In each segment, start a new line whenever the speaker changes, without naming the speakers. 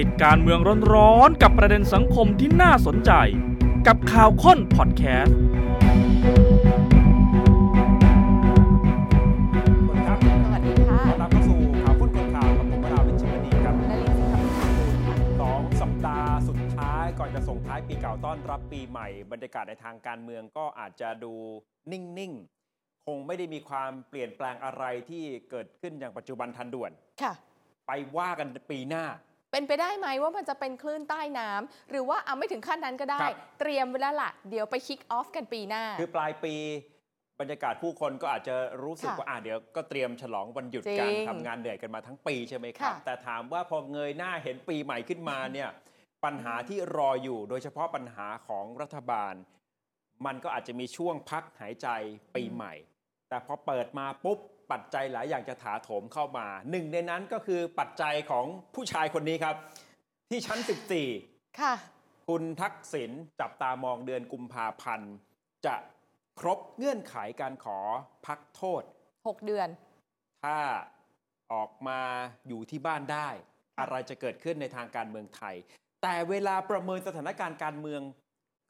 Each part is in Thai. ติดการเมืองร้อนๆกับประเด็นสังคมที่น่าสนใจ กับข่าวค้นพอดแคสต์
สวัสดีครับ
สวัสดีค่ะ
ต้อนรับเข้าสู่ข่าวค้นคนข่าวกับผมวราวิชิตมณีครับ
นลินสิทธิ์คำพูลค่ะ
สองสัปดาห์สุดท้ายก่อนจะส่งท้ายปีเก่าต้อนรับปีใหม่ บรรยากาศในทางการเมืองก็อาจจะดูนิ่ง ๆ คงไม่ได้มีความเปลี่ยนแปลงอะไรที่เกิดขึ้นอย่างปัจจุบันทันด่วน
ค่ะ
ไปว่ากันปีหน้า
เป็นไปได้ไหมว่ามันจะเป็นคลื่นใต้น้ำหรือว่าเอาไม่ถึงขั้นนั้นก็ได้
ครับ
เตรียมไว้แล้วล่ะ เดี๋ยวไปคิกออฟกันปีหน้า
คือปลายปีบรรยากาศผู้คนก็อาจจะรู้สึก
ค่ะ
ว่าอ่าเดี๋ยวก็เตรียมฉลองวันหยุด
จริง
การทำงานเหนื่อยกันมาทั้งปีใช่ไหมครับ
ค่ะ
แต่ถามว่าพอเงยหน้าเห็นปีใหม่ขึ้นมาเนี่ยปัญหาที่รออยู่โดยเฉพาะปัญหาของรัฐบาล มันก็อาจจะมีช่วงพักหายใจปีใหม่ แต่พอเปิดมาปุ๊บปัจจัยหลายอย่างจะถาโถมเข้ามา หนึ่งในนั้นก็คือปัจจัยของผู้ชายคนนี้ครับ ที่ชั้น 14
ค่ะ
คุณทักษิณจับตามองเดือนกุมภาพันธ์ จะครบเงื่อนไขการขอพักโทษ
6 เดือน
ถ้าออกมาอยู่ที่บ้านได้ อะไรจะเกิดขึ้นในทางการเมืองไทย แต่เวลาประเมินสถานการณ์การเมือง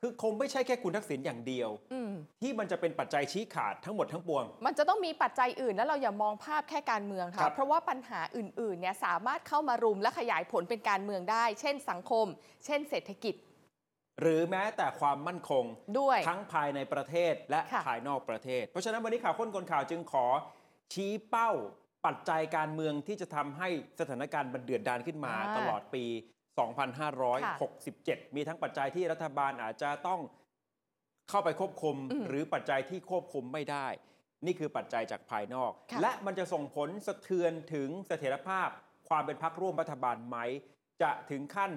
คือคงไม่ใช่แค่คุณทักษิณอย่างเดียว
อืม
ที่มันจะเป็นปัจจัยชี้ขาดทั้งหมดทั้งปวง
มันจะต้องมีปัจจัยอื่นแล้วเราอย่ามองภาพแค่การเมือง
ครั
ค่ะ
บ
เพราะว่าปัญหาอื่นๆเนี่ยสามารถเข้ามารุมและขยายผลเป็นการเมืองได้ เช่นสังคม เช่นเศรษฐกิจ
หรือแม้แต่ความมั่นคง
ด้วย
ทั้งภายในประเทศและ
ค่ะ
ภายนอกประเทศ เพราะฉะนั้นวันนี้ข่าวค้นคนข่าวจึงขอ ชี้เป้าปัจจัยการเมืองที่จะทำให้สถานการณ์มันเดือดดานขึ้นมา
อ่า
ตลอดปี 2567 มีทั้งปัจจัยที่รัฐบาลอาจจะต้องเข้าไปควบคุม
อืม
หรือปัจจัยที่ควบคุมไม่ได้ นี่คือปัจจัยจากภายนอก
ค่ะ
และมันจะส่งผลสะเทือนถึงเสถียรภาพ ความเป็นพักร่วมรัฐบาลไหม จะถึงขั้น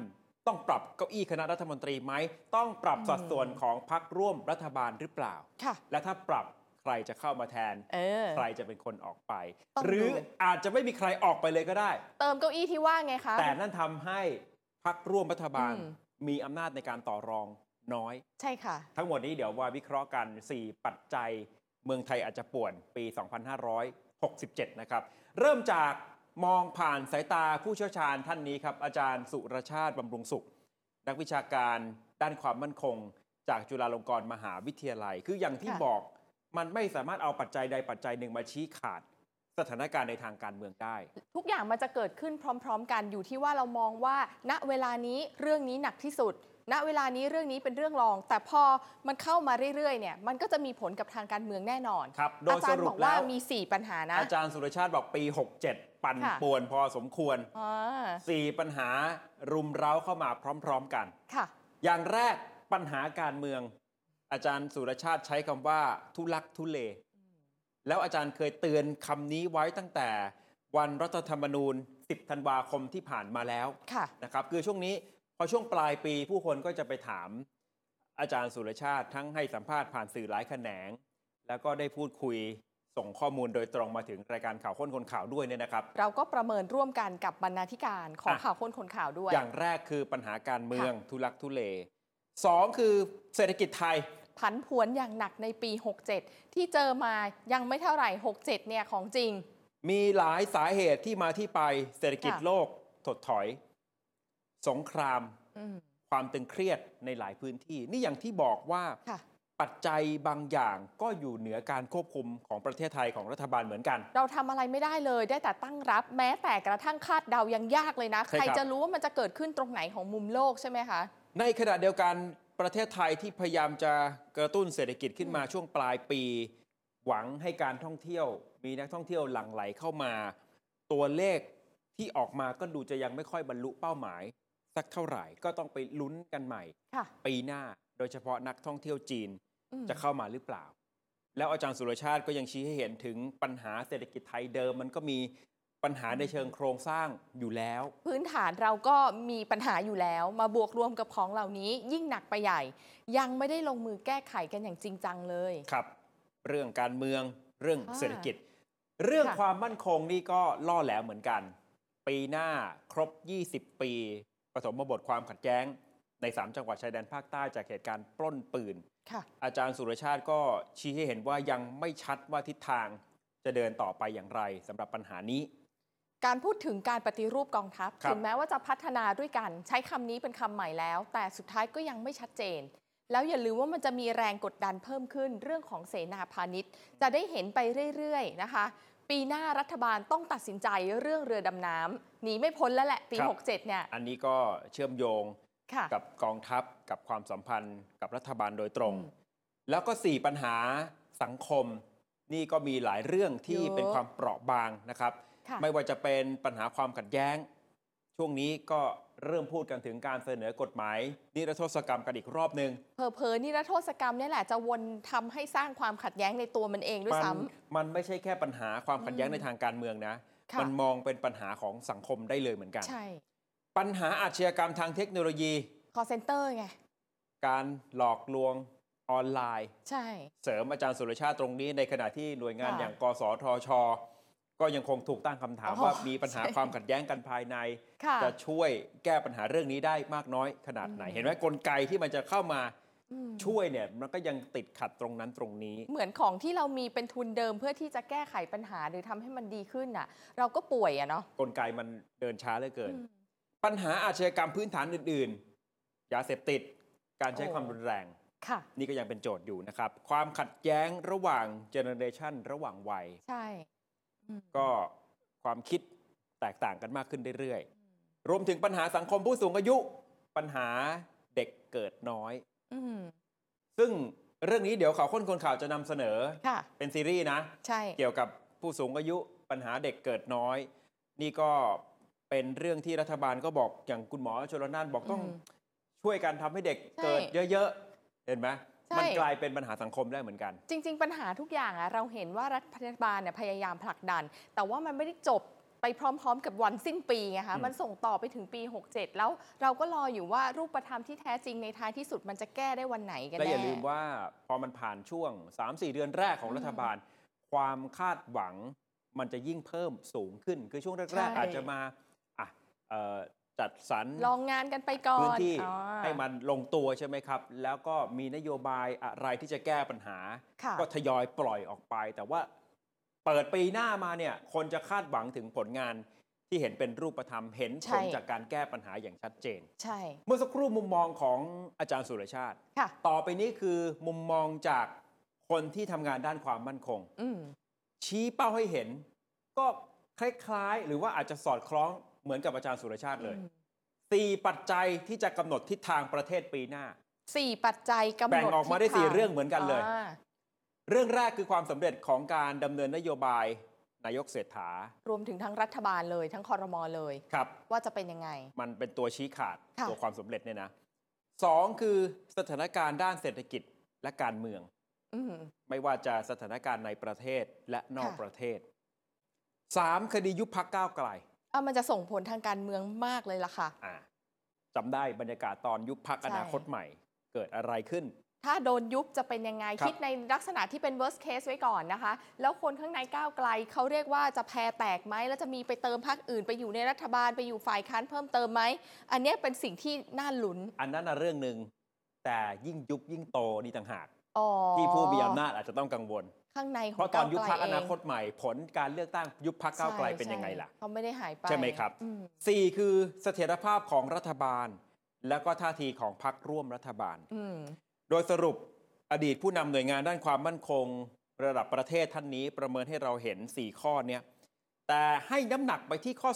ต้องปรับเก้าอี้คณะรัฐมนตรีไหม ต้องปรับสัดส่วนของพักร่วมรัฐบาลหรือเปล่า
ค่ะ
และถ้าปรับใครจะเข้ามาแทน
เออ
ใครจะเป็นคนออกไป
ต้องดู
หรืออาจจะไม่มีใครออกไปเลยก็ได้
เติมเก้าอี้ที่ว่างไงคะ
แต่นั่นทำให้พักร่วมรัฐบาล
อืม
มีอำนาจในการต่อรองน้อย
ใช่ค่ะ
ทั้งหมดนี้เดี๋ยวว่าวิเคราะห์กัน 4 ปัจจัย เมืองไทยอาจจะป่วนปี 2567 นะครับ เริ่มจากมองผ่านสายตาผู้เชี่ยวชาญท่านนี้ครับ อาจารย์สุรชาติบำรุงสุข นักวิชาการด้านความมั่นคง จากจุฬาลงกรณ์มหาวิทยาลัย คืออย่างที่
ค่ะ
บอกมันไม่สามารถเอาปัจจัยใดปัจจัยหนึ่งมาชี้ขาดสถานการณ์ในทางการเมืองได้
ทุกอย่างมันจะเกิดขึ้นพร้อม ๆ กันอยู่ที่ว่าเรามองว่า ณเวลานี้เรื่องนี้หนักที่สุด ณเวลานี้เรื่องนี้เป็นเรื่องรอง แต่พอมันเข้ามาเรื่อยๆเนี่ยมันก็จะมีผลกับทางการเมืองแน่นอน
ครับโดย
อาจาร
สรุ
ย์
ป
บอกว่า
แล้ว
มี 4 ปัญหานะ
อาจารย์สุรชาติบอกปี 67 ปั่น
ค่ะ
ป่วนพอสมควร
อ่า
สี่ปัญหารุมเร้าเข้ามาพร้อม ๆกัน
ค่ะ
อย่างแรกปัญหาการเมือง อาจารย์สุรชาติใช้คำว่า ทุลักทุเล แล้วอาจารย์เคยเตือนคำนี้ไว้ตั้งแต่วันรัฐธรรมนูญ 10 ธันวาคมที่ผ่านมาแล้ว
ค่ะ
นะครับ คือช่วงนี้พอช่วงปลายปีผู้คนก็จะไปถาม อาจารย์สุรชาติทั้งให้สัมภาษณ์ผ่านสื่อหลายแขนง แล้วก็ได้พูดคุยส่งข้อมูลโดยตรงมาถึงรายการข่าวค้นคนข่าวด้วยเนี่ยนะครับ
เราก็ประเมินร่วมกันกับบรรณาธิการของ
อ่ะ
ข่าวคนคนข่าวด้วย
อย่างแรกคือปัญหาการเมืองทุลักทุเลสองคือเศรษฐกิจไทย
ผันผวนอย่างหนักในปี 67 ที่เจอมายังไม่เท่าไหร่ 67 เนี่ยของจริง
มีหลายสาเหตุที่มาที่ไปเศรษฐกิจ
ค่ะ
โลกถดถอย สงคราม
อืม
ความตึงเครียดในหลายพื้นที่ นี่อย่างที่บอกว่า
ค่ะ
ปัจจัยบางอย่างก็อยู่เหนือการควบคุมของประเทศไทยของรัฐบาลเหมือนกัน
เราทำอะไรไม่ได้เลยได้แต่ตั้งรับ แม้แต่กระทั่งคาดเดายังยากเลยนะ
ใช่
ใคร
ครับ
จะรู้ว่ามันจะเกิดขึ้นตรงไหนของมุมโลกใช่ไหมคะ
ในขณะเดียวกันประเทศไทยที่พยายามจะกระตุ้นเศรษฐกิจขึ้นมาช่วงปลายปี หวังให้การท่องเที่ยว มีนักท่องเที่ยวหลั่งไหลเข้ามา ตัวเลขที่ออกมาก็ดูจะยังไม่ค่อยบรรลุเป้าหมาย สักเท่าไหร่ก็ต้องไปลุ้นกันใหม่
ค่ะ
ปีหน้าโดยเฉพาะนักท่องเที่ยวจีน
อืม
จะเข้ามาหรือเปล่า แล้วอาจารย์สุรชาติก็ยังชี้ให้เห็นถึงปัญหาเศรษฐกิจไทยเดิม มันก็มีปัญหาในเชิงโครงสร้างอยู่แล้ว
พื้นฐานเราก็มีปัญหาอยู่แล้ว มาบวกรวมกับของเหล่านี้ ยิ่งหนักไปใหญ่ ยังไม่ได้ลงมือแก้ไขกันอย่างจริงจังเลย
ครับ เรื่องการเมืองเรื่อง
ค่ะ
เศรษฐกิจ เรื่อง
ค่ะ
ความมั่นคงนี่ก็ล่อแหลมเหมือนกัน ปีหน้าครบ 20 ปีปฐมบทความขัดแย้ง ใน 3 จังหวัดชายแดนภาคใต้จากเหตุการณ์ปล้นปืน
ค่ะ
อาจารย์สุรชาติก็ชี้ให้เห็นว่ายังไม่ชัดว่าทิศทางจะเดินต่อไปอย่างไรสำหรับปัญหานี้
การพูดถึงการปฏิรูปกองทัพ
ครับ
ถึงแม้ว่าจะพัฒนาด้วยกัน ใช้คำนี้เป็นคำใหม่แล้ว แต่สุดท้ายก็ยังไม่ชัดเจน แล้วอย่าลืมว่ามันจะมีแรงกดดันเพิ่มขึ้นเรื่องของเสนาพาณิชย์ จะได้เห็นไปเรื่อยๆนะคะ ปีหน้ารัฐบาลต้องตัดสินใจเรื่องเรือดำน้ำหนีไม่พ้นแล้วแหละปี
ครับ
67 เนี่ย
อันนี้ก็เชื่อมโยง
ค่ะ
กับกองทัพกับความสัมพันธ์กับรัฐบาลโดยตรง
อืม
แล้วก็ 4 ปัญหาสังคม นี่ก็มีหลายเรื่องที่
เยอะ
เป็นความเปราะบางนะครับ
ค่ะ
ไม่ว่าจะเป็นปัญหาความขัดแย้ง ช่วงนี้ก็เริ่มพูดกันถึงการเสนอกฎหมาย นิรโทษกรรมกันอีกรอบหนึ่ง
เพอเพอๆนี่นะโทษกรรมเนี่ยแหละจะวนทำให้สร้างความขัดแย้งในตัวมันเองด้วย
มั
ซ้ำ
มันไม่ใช่แค่ปัญหาความขัดแย้ง
อืม
ในทางการเมืองนะ
ค่ะ
มันมองเป็นปัญหาของสังคมได้เลยเหมือนกัน
ใช่
ปัญหาอาชญากรรมทางเทคโนโลยี
call center ไง
การหลอกลวงออนไลน์
ใช่
เสริมอาจารย์สุรชาติตรงนี้ในขณะที่หน่วยงาน
ค่ะ
อย่างกสทช ก็ยังคงถูกตั้งคำถาม
อ๋อ
ว่ามีปัญหา
ใช่
ความขัดแย้งกันภายใน
ค่ะ
จะช่วยแก้ปัญหาเรื่องนี้ได้มากน้อยขนาดไหน
อืม
เห็นไหมกลไกที่มันจะเข้ามา
อืม
ช่วยเนี่ยมันก็ยังติดขัดตรงนั้นตรงนี้
เหมือนของที่เรามีเป็นทุนเดิมเพื่อที่จะแก้ไขปัญหาหรือทำให้มันดีขึ้นน่ะ เราก็ป่วยอะเนาะ
กลไกมันเดินช้าเหลือเกิน
อืม
ปัญหาอาชญากรรมพื้นฐานอื่นๆยาเสพติดการใช้
โอ้
ความรุนแรง
ค่ะ
นี่ก็ยังเป็นโจทย์อยู่นะครับ ความขัดแย้งระหว่างเจเนอเรชันระหว่างวัย
ใช่อืม
ก็ความคิดแตกต่างกันมากขึ้นเรื่อยๆ รวมถึงปัญหาสังคมผู้สูงอายุ ปัญหาเด็กเกิดน้อย
อืม
ซึ่งเรื่องนี้เดี๋ยวข่าวค้นคนข่าวจะนำเสนอ
ค่ะ
เป็นซีรีส์นะ
ใช่
เกี่ยวกับผู้สูงอายุปัญหาเด็กเกิดน้อย นี่ก็เป็นเรื่องที่รัฐบาลก็บอกอย่างคุณหมอชลนานบอกต้อง
อืม
ช่วยกันทำให้เด็ก
ใช่
เกิดเยอะๆ เห็นไหม
ใช่
มันกลายเป็นปัญหาสังคมได้เหมือนกัน
จริง ๆ ปัญหาทุกอย่างอะเราเห็นว่ารัฐบาลเนี่ยพยายามผลักดัน แต่ว่ามันไม่ได้จบไปพร้อม ๆ กับวันสิ้นปีไงคะ
อืม
มันส่งต่อไปถึงปี 67 แล้วเราก็รออยู่ว่ารูปธรรมที่แท้จริงในท้ายที่สุดมันจะแก้ได้วันไหนกัน
และ
แน่
อย่าลืมว่าพอมันผ่านช่วง 3-4 เดือนแรกของ
อืม
รัฐบาล ความคาดหวังมันจะยิ่งเพิ่มสูงขึ้น คือช่วง
ใช่
แรกๆอาจจะมาอ่ะเอ่อจัดสรร
ลองงานกันไปก่อน
พื้นที่
อ๋อ
ให้มันลงตัวใช่ไหมครับ แล้วก็มีนโยบายอะไรที่จะแก้ปัญหา
ค่ะ
ก็ทยอยปล่อยออกไป แต่ว่าเปิดปีหน้ามาเนี่ย คนจะคาดหวังถึงผลงานที่เห็นเป็นรูปธรรม เห็นผ
ใช่
ลจากการแก้ปัญหาอย่างชัดเจน
ใช่
เมื่อสักครู่มุมมองของอาจารย์สุรชาติ
ค่ะ
ต่อไปนี้คือมุมมองจากคนที่ทำงานด้านความมั่นคง
อืม
ชี้เป้าให้เห็น ก็คล้ายๆ หรือว่าอาจจะสอดคล้องเหมือนกับอาจารย์สุรชาติเลย
อืม
สี่ปัจจัยที่จะกำหนดทิศทางประเทศปีหน้า
สี่ปัจจัยกำหนด
แบ่งออกมาได้
ทิศ
สี่
ทง
เรื่องเหมือนกันเลย
า
เรื่องแรกคือความสำเร็จของการดำเนินนโยบายนายกเศรษฐาร
วมถึงทั้งรัฐบาลเลยทั้งคอรมอเลย
ครับ
ว่าจะเป็นยังไง
มันเป็นตัวชี้ขาด
ค่ะ
ตัวความสำเร็จเนี่ยนะสองคือสถานการณ์ด้านเศรษฐกิจและการเมือง
อืม
ไม่ว่าจะสถานการณ์ในประเทศและนอก
ค่ะ
ประเทศสามคดียุบพักก้าวไกล
อ่ะมันจะส่งผลทางการเมืองมากเลยล่ะค่ะ
อ่าจำได้บรรยากาศตอนยุบพัก
ใช่
อนาคตใหม่ เกิดอะไรขึ้น
ถ้าโดนยุบจะเป็นยังไง
ครับ
คิดในลักษณะที่เป็น worst case ไว้ก่อนนะคะ แล้วคนข้างในก้าวไกลเขาเรียกว่าจะแพรแตกไหมแล้วจะมีไปเติมพรรคอื่นไปอยู่ในรัฐบาลไปอยู่ฝ่ายค้านเพิ่มเติมไหม อันเนี้ยเป็นสิ่งที่น่าลุ้น
อันนั้นนะเรื่องหนึ่งแต่ยิ่งยุบยิ่งโตนี่ต่างหาก
อ๋อ
ที่ผู้มีอำนาจอาจจะต้องกังวล
ข้างในข
เพ
อง
ราะตอนยุบพัก
ก้
อ
วไล
นา
เง
คตใหม่ ผลการเลือกตั้งยุบพักก้าวไกลเป็นยังไงล่ะ
ใช่เขาไม่ได้หายไป
ใช่ไหมครับ
อืม
สี่คือเสถียรภาพของรัฐบาล แล้วก็ท่าทีของพักร่วมรัฐบาล
อืม
โดยสรุปอดีตผู้นำหน่วยงานด้านความมั่นคง ระดับประเทศท่านนี้ประเมินให้เราเห็น 4 ข้อเนี้ยแต่ให้น้ำหนักไปที่ข้อ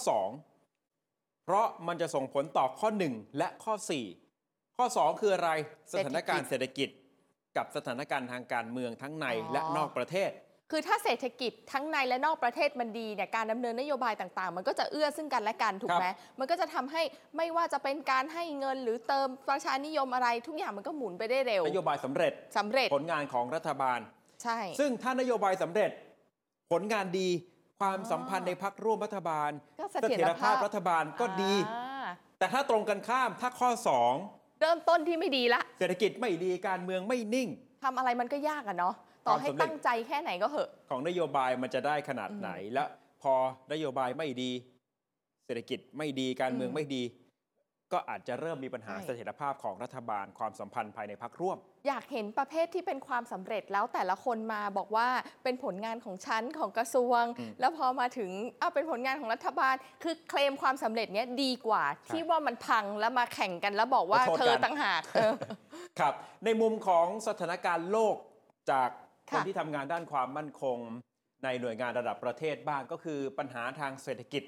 2 เพราะมันจะส่งผลต่อข้อ 1 และข้อ 4 ข้อ 2 คืออะไรสถานการณ์เศรษฐกิจกับสถานการณ์ทางการเมืองทั้งใน
อ๋อ
และนอกประเทศ
คือถ้าเศรษฐกิจทั้งในและนอกประเทศมันดีเนี่ยการดำเนินนโยบายต่างๆ มันก็จะเอื้อซึ่งกันและกันถูกไหมมันก็จะทำให้ไม่ว่าจะเป็นการให้เงินหรือเติมประชานิยมอะไร ทุกอย่างมันก็หมุนไปได้เร็วน
โยบายสำเร็จ
สำเร็จ
ผลงานของรัฐบาล
ใช่
ซึ่งถ้านโยบายสำเร็จ ผลงานดีความ
อ๋อ
สัมพันธ์ในพักร่วมรัฐบาล
ก็เสถียรภาพ
รัฐบาลก็ดี
อ่า
แต่ถ้าตรงกันข้ามถ้าข้อ 2
เริ่มต้นที่ไม่ดีละ
เศรษฐกิจไม่ดีการเมืองไม่นิ่ง
ทำอะไรมันก็ยากอะเนาะต่อให้
ความสำเร็จ
ตั้งใจแค่ไหนก็เหอะ
ของนโยบายมันจะได้ขนาดไหนและพอนโยบายไม่ดี เศรษฐกิจไม่ดีการเมือง
อืม
ไม่ดี ก็อาจจะเริ่มมีปัญหา
ใช่
เสถียรภาพของรัฐบาลความสัมพันธ์ภายในพักร่วม
อยากเห็นประเภทที่เป็นความสำเร็จแล้วแต่ละคนมาบอกว่าเป็นผลงานของชั้นของกระทรวง
อืม
แล้วพอมาถึงอ้าวเป็นผลงานของรัฐบาล คือเคลมความสำเร็จเนี้ยดีกว่า ที่ว่ามันพังแล้วมาแข่งกันแล้วบอกว่า
ขอโทษ
เธอ
กัน
ต่างหากเออ
ครับ ในมุมของสถานการณ์โลกจากคน
ค่ะ
ที่ทำงานด้านความมั่นคง ในหน่วยงานระดับประเทศบ้างก็คือปัญหาทางเศรษฐกิจ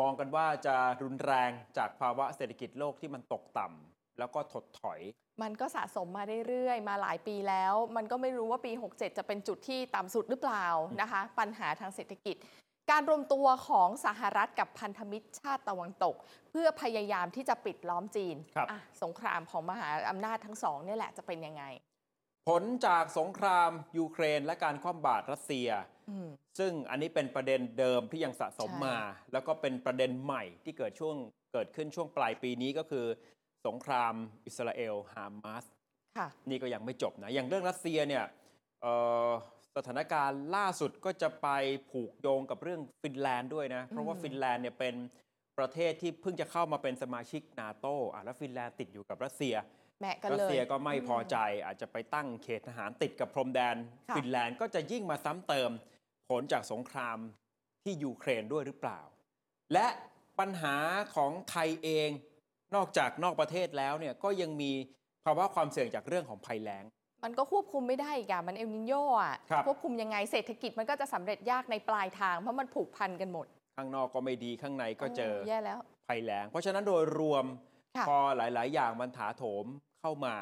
มองกันว่าจะรุนแรงจากภาวะเศรษฐกิจโลกที่มันตกต่ำแล้วก็ถดถอย
มันก็สะสมมาเรื่อยๆ มาหลายปีแล้ว มันก็ไม่รู้ว่าปี 67 จะเป็นจุดที่ต่ำสุดหรือเปล่านะคะ ปัญหาทางเศรษฐกิจ การรวมตัวของสหรัฐกับพันธมิตรชาติตะวันตก เพื่อพยายามที่จะปิดล้อมจีน
ครับ
อ่ะสงครามของมหาอำนาจทั้งสองเนี่ยแหละจะเป็นยังไง
ผลจากสงครามยูเครน และการคว่ำบาตรรัสเซีย
อืม
ซึ่งอันนี้เป็นประเด็นเดิมที่ยังสะสม
ใช่
มา แล้วก็เป็นประเด็นใหม่ที่เกิดช่วงเกิดขึ้นช่วงปลายปีนี้ก็คือ สงครามอิสราเอลฮามาส
ค่ะ
นี่ก็ยังไม่จบนะ อย่างเรื่องรัสเซียเนี่ยเอ่อสถานการณ์ล่าสุดก็จะไปผูกโยงกับเรื่องฟินแลนด์ด้วยนะ เพราะว่า
อืม
ฟินแลนด์เนี่ยเป็นประเทศที่เพิ่งจะเข้ามาเป็นสมาชิกนาโตอ่ะแล้วฟินแลนด์ติดอยู่กับรัสเซีย
แมะกัน
รั
เล
ส
ย
เซียก็ไม่พอใจอาจจะไปตั้งเขตทหารติดกับพรมแดน
ค่ะ
ฟินแลนด์ก็จะยิ่งมาซ้ำเติมผลจากสงครามที่ยูเครนด้วยหรือเปล่า และปัญหาของไทยเองนอกจากนอกประเทศแล้วเนี่ยก็ยังมีภาวะความเสี่ยงจากเรื่องของภัยแล้ง
มันก็ควบคุมไม่ได้อีกอะมันเอลนิโยอ่ะ
ครับ
ควบคุมยังไงเศรษฐกิจมันก็จะสำเร็จยากในปลายทางเพราะมันผูกพันกันหมด
ข้างนอกก็ไม่ดีข้างในก็เจอ
โแย่แล้ว
ภัยแล้ง เพราะฉะนั้นโดยรวม
ค่ะ
พอหลาย ๆ อย่างมันถาโถมเข้ามา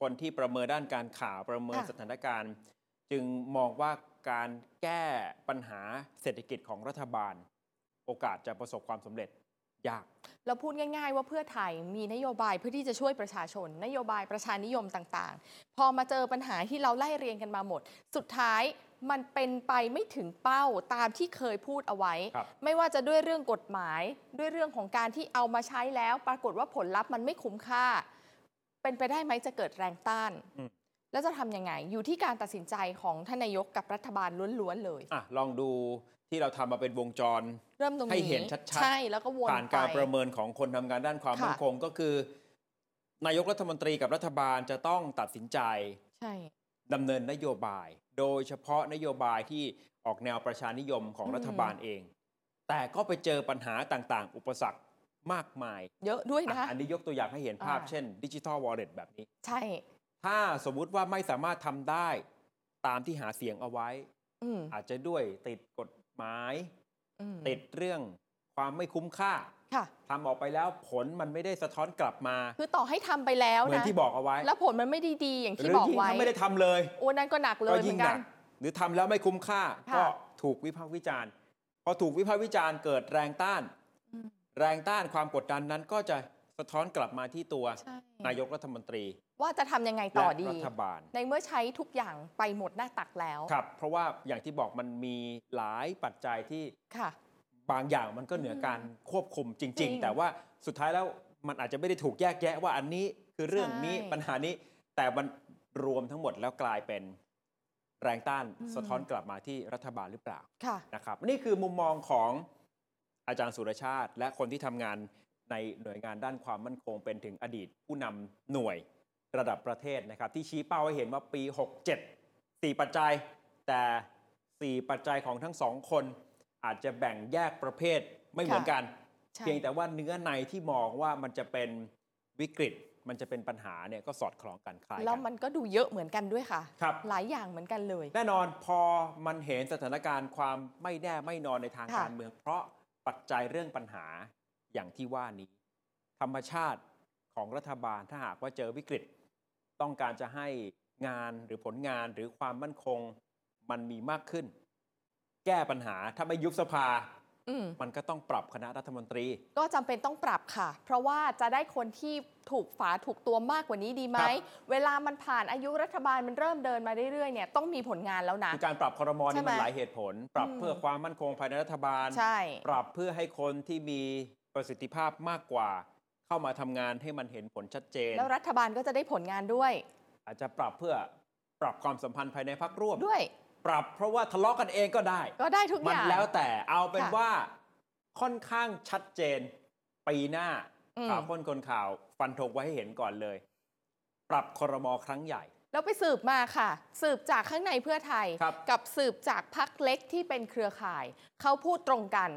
คนที่ประเมินด้านการข่าวประเมิน
ค่ะ
สถานการณ์ จึงมองว่าการแก้ปัญหาเศรษฐกิจของรัฐบาล โอกาสจะประสบความสำเร็จยาก
เราพูดง่าย ๆ ว่าเพื่อไทยมีนโยบายเพื่อที่จะช่วยประชาชน นโยบายประชานิยมต่างๆ พอมาเจอปัญหาที่เราไล่เรียงกันมาหมด สุดท้ายมันเป็นไปไม่ถึงเป้าตามที่เคยพูดเอาไว้
ครับ
ไม่ว่าจะด้วยเรื่องกฎหมาย ด้วยเรื่องของการที่เอามาใช้แล้ว ปรากฏว่าผลลัพธ์มันไม่คุ้มค่า เป็นไปได้ไหมจะเกิดแรงต้าน
อืม
แล้วจะทำยังไง อยู่ที่การตัดสินใจของท่านนายกกับรัฐบาลล้วนๆเลย
อ่ะลองดูที่เราทำมาเป็นวงจร
เริ่มตรงนี้
ให้เห็นชัดๆ
ใช่แล้วก็วน
ผ่านการ
ไป
ประเมินของคนทำงานด้านความ
ค่ะ
มั่นคงก็คือ นายกรัฐมนตรีกับรัฐบาลจะต้องตัดสินใจ
ใช่
ดำเนินนโยบาย โดยเฉพาะนโยบายที่ออกแนวประชานิยมของ
อืม
รัฐบาลเอง แต่ก็ไปเจอปัญหาต่างๆ อุปสรรคมากมาย
เยอะด้วย
อ่ะ
นะ
อันนี้ยกตัวอย่างให้เห็นภาพ
อ่า
เช่นดิจิ t a ลวอลเล็ตแบบนี้
ใช่
ถ้าสมมุติว่าไม่สามารถทำได้ตามที่หาเสียงเอาไว้
อืม
อาจจะด้วยติดกฎหมาย
อืม
ติดเรื่องความไม่คุ้มค่า
ค่ะ
ทำออกไปแล้วผลมันไม่ได้สะท้อนกลับมา
คือต่อให้ทำไปแล้ว
เหมือน
นะ
ที่บอกเอาไว้
แล้วผลมันไม่ดีดีๆอย่าง
หรื
ที่
อ
บอก
ยิ่ง
ไว้
ถ้าไม่ได้ทำเลย
โอ้นั่นก็หนักเล
ก็
ยเหมื
ยิ่
องน
ห
กั
นั
น
กหรือทำแล้วไม่คุ้มค่า
ค่ะ
ก็ถูกวิพากษ์วิจารณ์ พอถูกวิพากษ์วิจารณ์เกิดแรงต้าน
อืม
แรงต้านความกดดันนั้นก็จะสะท้อนกลับมาที่ตัว
ใช่
นายกรัฐมนตรี
ว่าจะทำยังไงต่
และ
อดี
รัฐบาล
ในเมื่อใช้ทุกอย่างไปหมดหน้าตักแล้ว
ครับ เพราะว่าอย่างที่บอกมันมีหลายปัจจัยที่
ค่ะ
บางอย่างมันก็เหนือการควบคุม
จ
จ
ริ
ริง
ง
ๆ แต่ว่าสุดท้ายแล้วมันอาจจะไม่ได้ถูกแยกแยะว่าอันนี้คือเรื่องนี้
ใช่
ปัญหานี้ แต่มันรวมทั้งหมดแล้วกลายเป็นแรงต้าน
อืม
สะท้อนกลับมาที่รัฐบาลหรือเปล่า
ค่ะ
นะครับนี่คือมุมมองของอาจารย์สุรชาติ และคนที่ทำงานในหน่วยงานด้านความมั่นคงเป็นถึงอดีตผู้นำหน่วยระดับประเทศนะครับ ที่ชี้เป้าให้เห็นว่าปี 67 4 ปัจจัย แต่ 4 ปัจจัยของทั้งสองคน อาจจะแบ่งแยกประเภทไม่เหมือนกัน
ใช่
เพียงแต่ว่าเนื้อในที่มองว่ามันจะเป็นวิกฤต มันจะเป็นปัญหาเนี่ยก็สอดคล้องกันคล้าย
แล้ว
กั
มัน นก็ดูเยอะเหมือนกันด้วยค่ะ
ครับ
หลายอย่างเหมือนกันเลย
แน่นอนพอมันเห็นสถานการณ์ความไม่แน่ไม่นอนในทาง
ค่ะ
การเมือง เพราะปัจจัยเรื่องปัญหาอย่างที่ว่านี้ ธรรมชาติของรัฐบาลถ้าหากว่าเจอวิกฤต ต้องการจะให้งานหรือผลงานหรือความมั่นคงมันมีมากขึ้น แก้ปัญหาถ้าไม่ยุบสภา
อืม
มันก็ต้องปรับคณะรัฐมนตรี
ก็จำเป็นต้องปรับค่ะ เพราะว่าจะได้คนที่ถูกฝาถูกตัวมากกว่านี้ดีไหม
ครับ
เวลามันผ่านอายุรัฐบาลมันเริ่มเดินมาเรื่อยๆเนี่ยต้องมีผลงานแล้วนะ
คือการปรับครมอ
ใช่
นี่
ไหม
มันหลายเหตุผล ปรับ
อืม
เพื่อความมั่นคงภายในรัฐบาล
ใช่
ปรับเพื่อให้คนที่มีประสิทธิภาพมากกว่า เข้ามาทำงานให้มันเห็นผลชัดเจน
แล้วรัฐบาลก็จะได้ผลงานด้วย
อาจจะปรับเพื่อปรับความสัมพันธ์ภายในพักร่วม
ด้วย
ปรับเพราะว่าทะเลาะกันเองก็ได้
ก็ได้ทุกอ
มัน
ย่าง
แล้วแต่เอาเป็น
ค่ะ
ว่าค่อนข้างชัดเจน ปีหน้า
อืม
ข่าวค้นคนข่าว ฟันธงไว้ให้เห็นก่อนเลย ปรับครมอครั้งใหญ่
แล้วไปสืบมาค่ะ สืบจากข้างในเพื่อไทย
ครับ
กับสืบจากพักเล็กที่เป็นเครือข่าย เขาพูดตรงกัน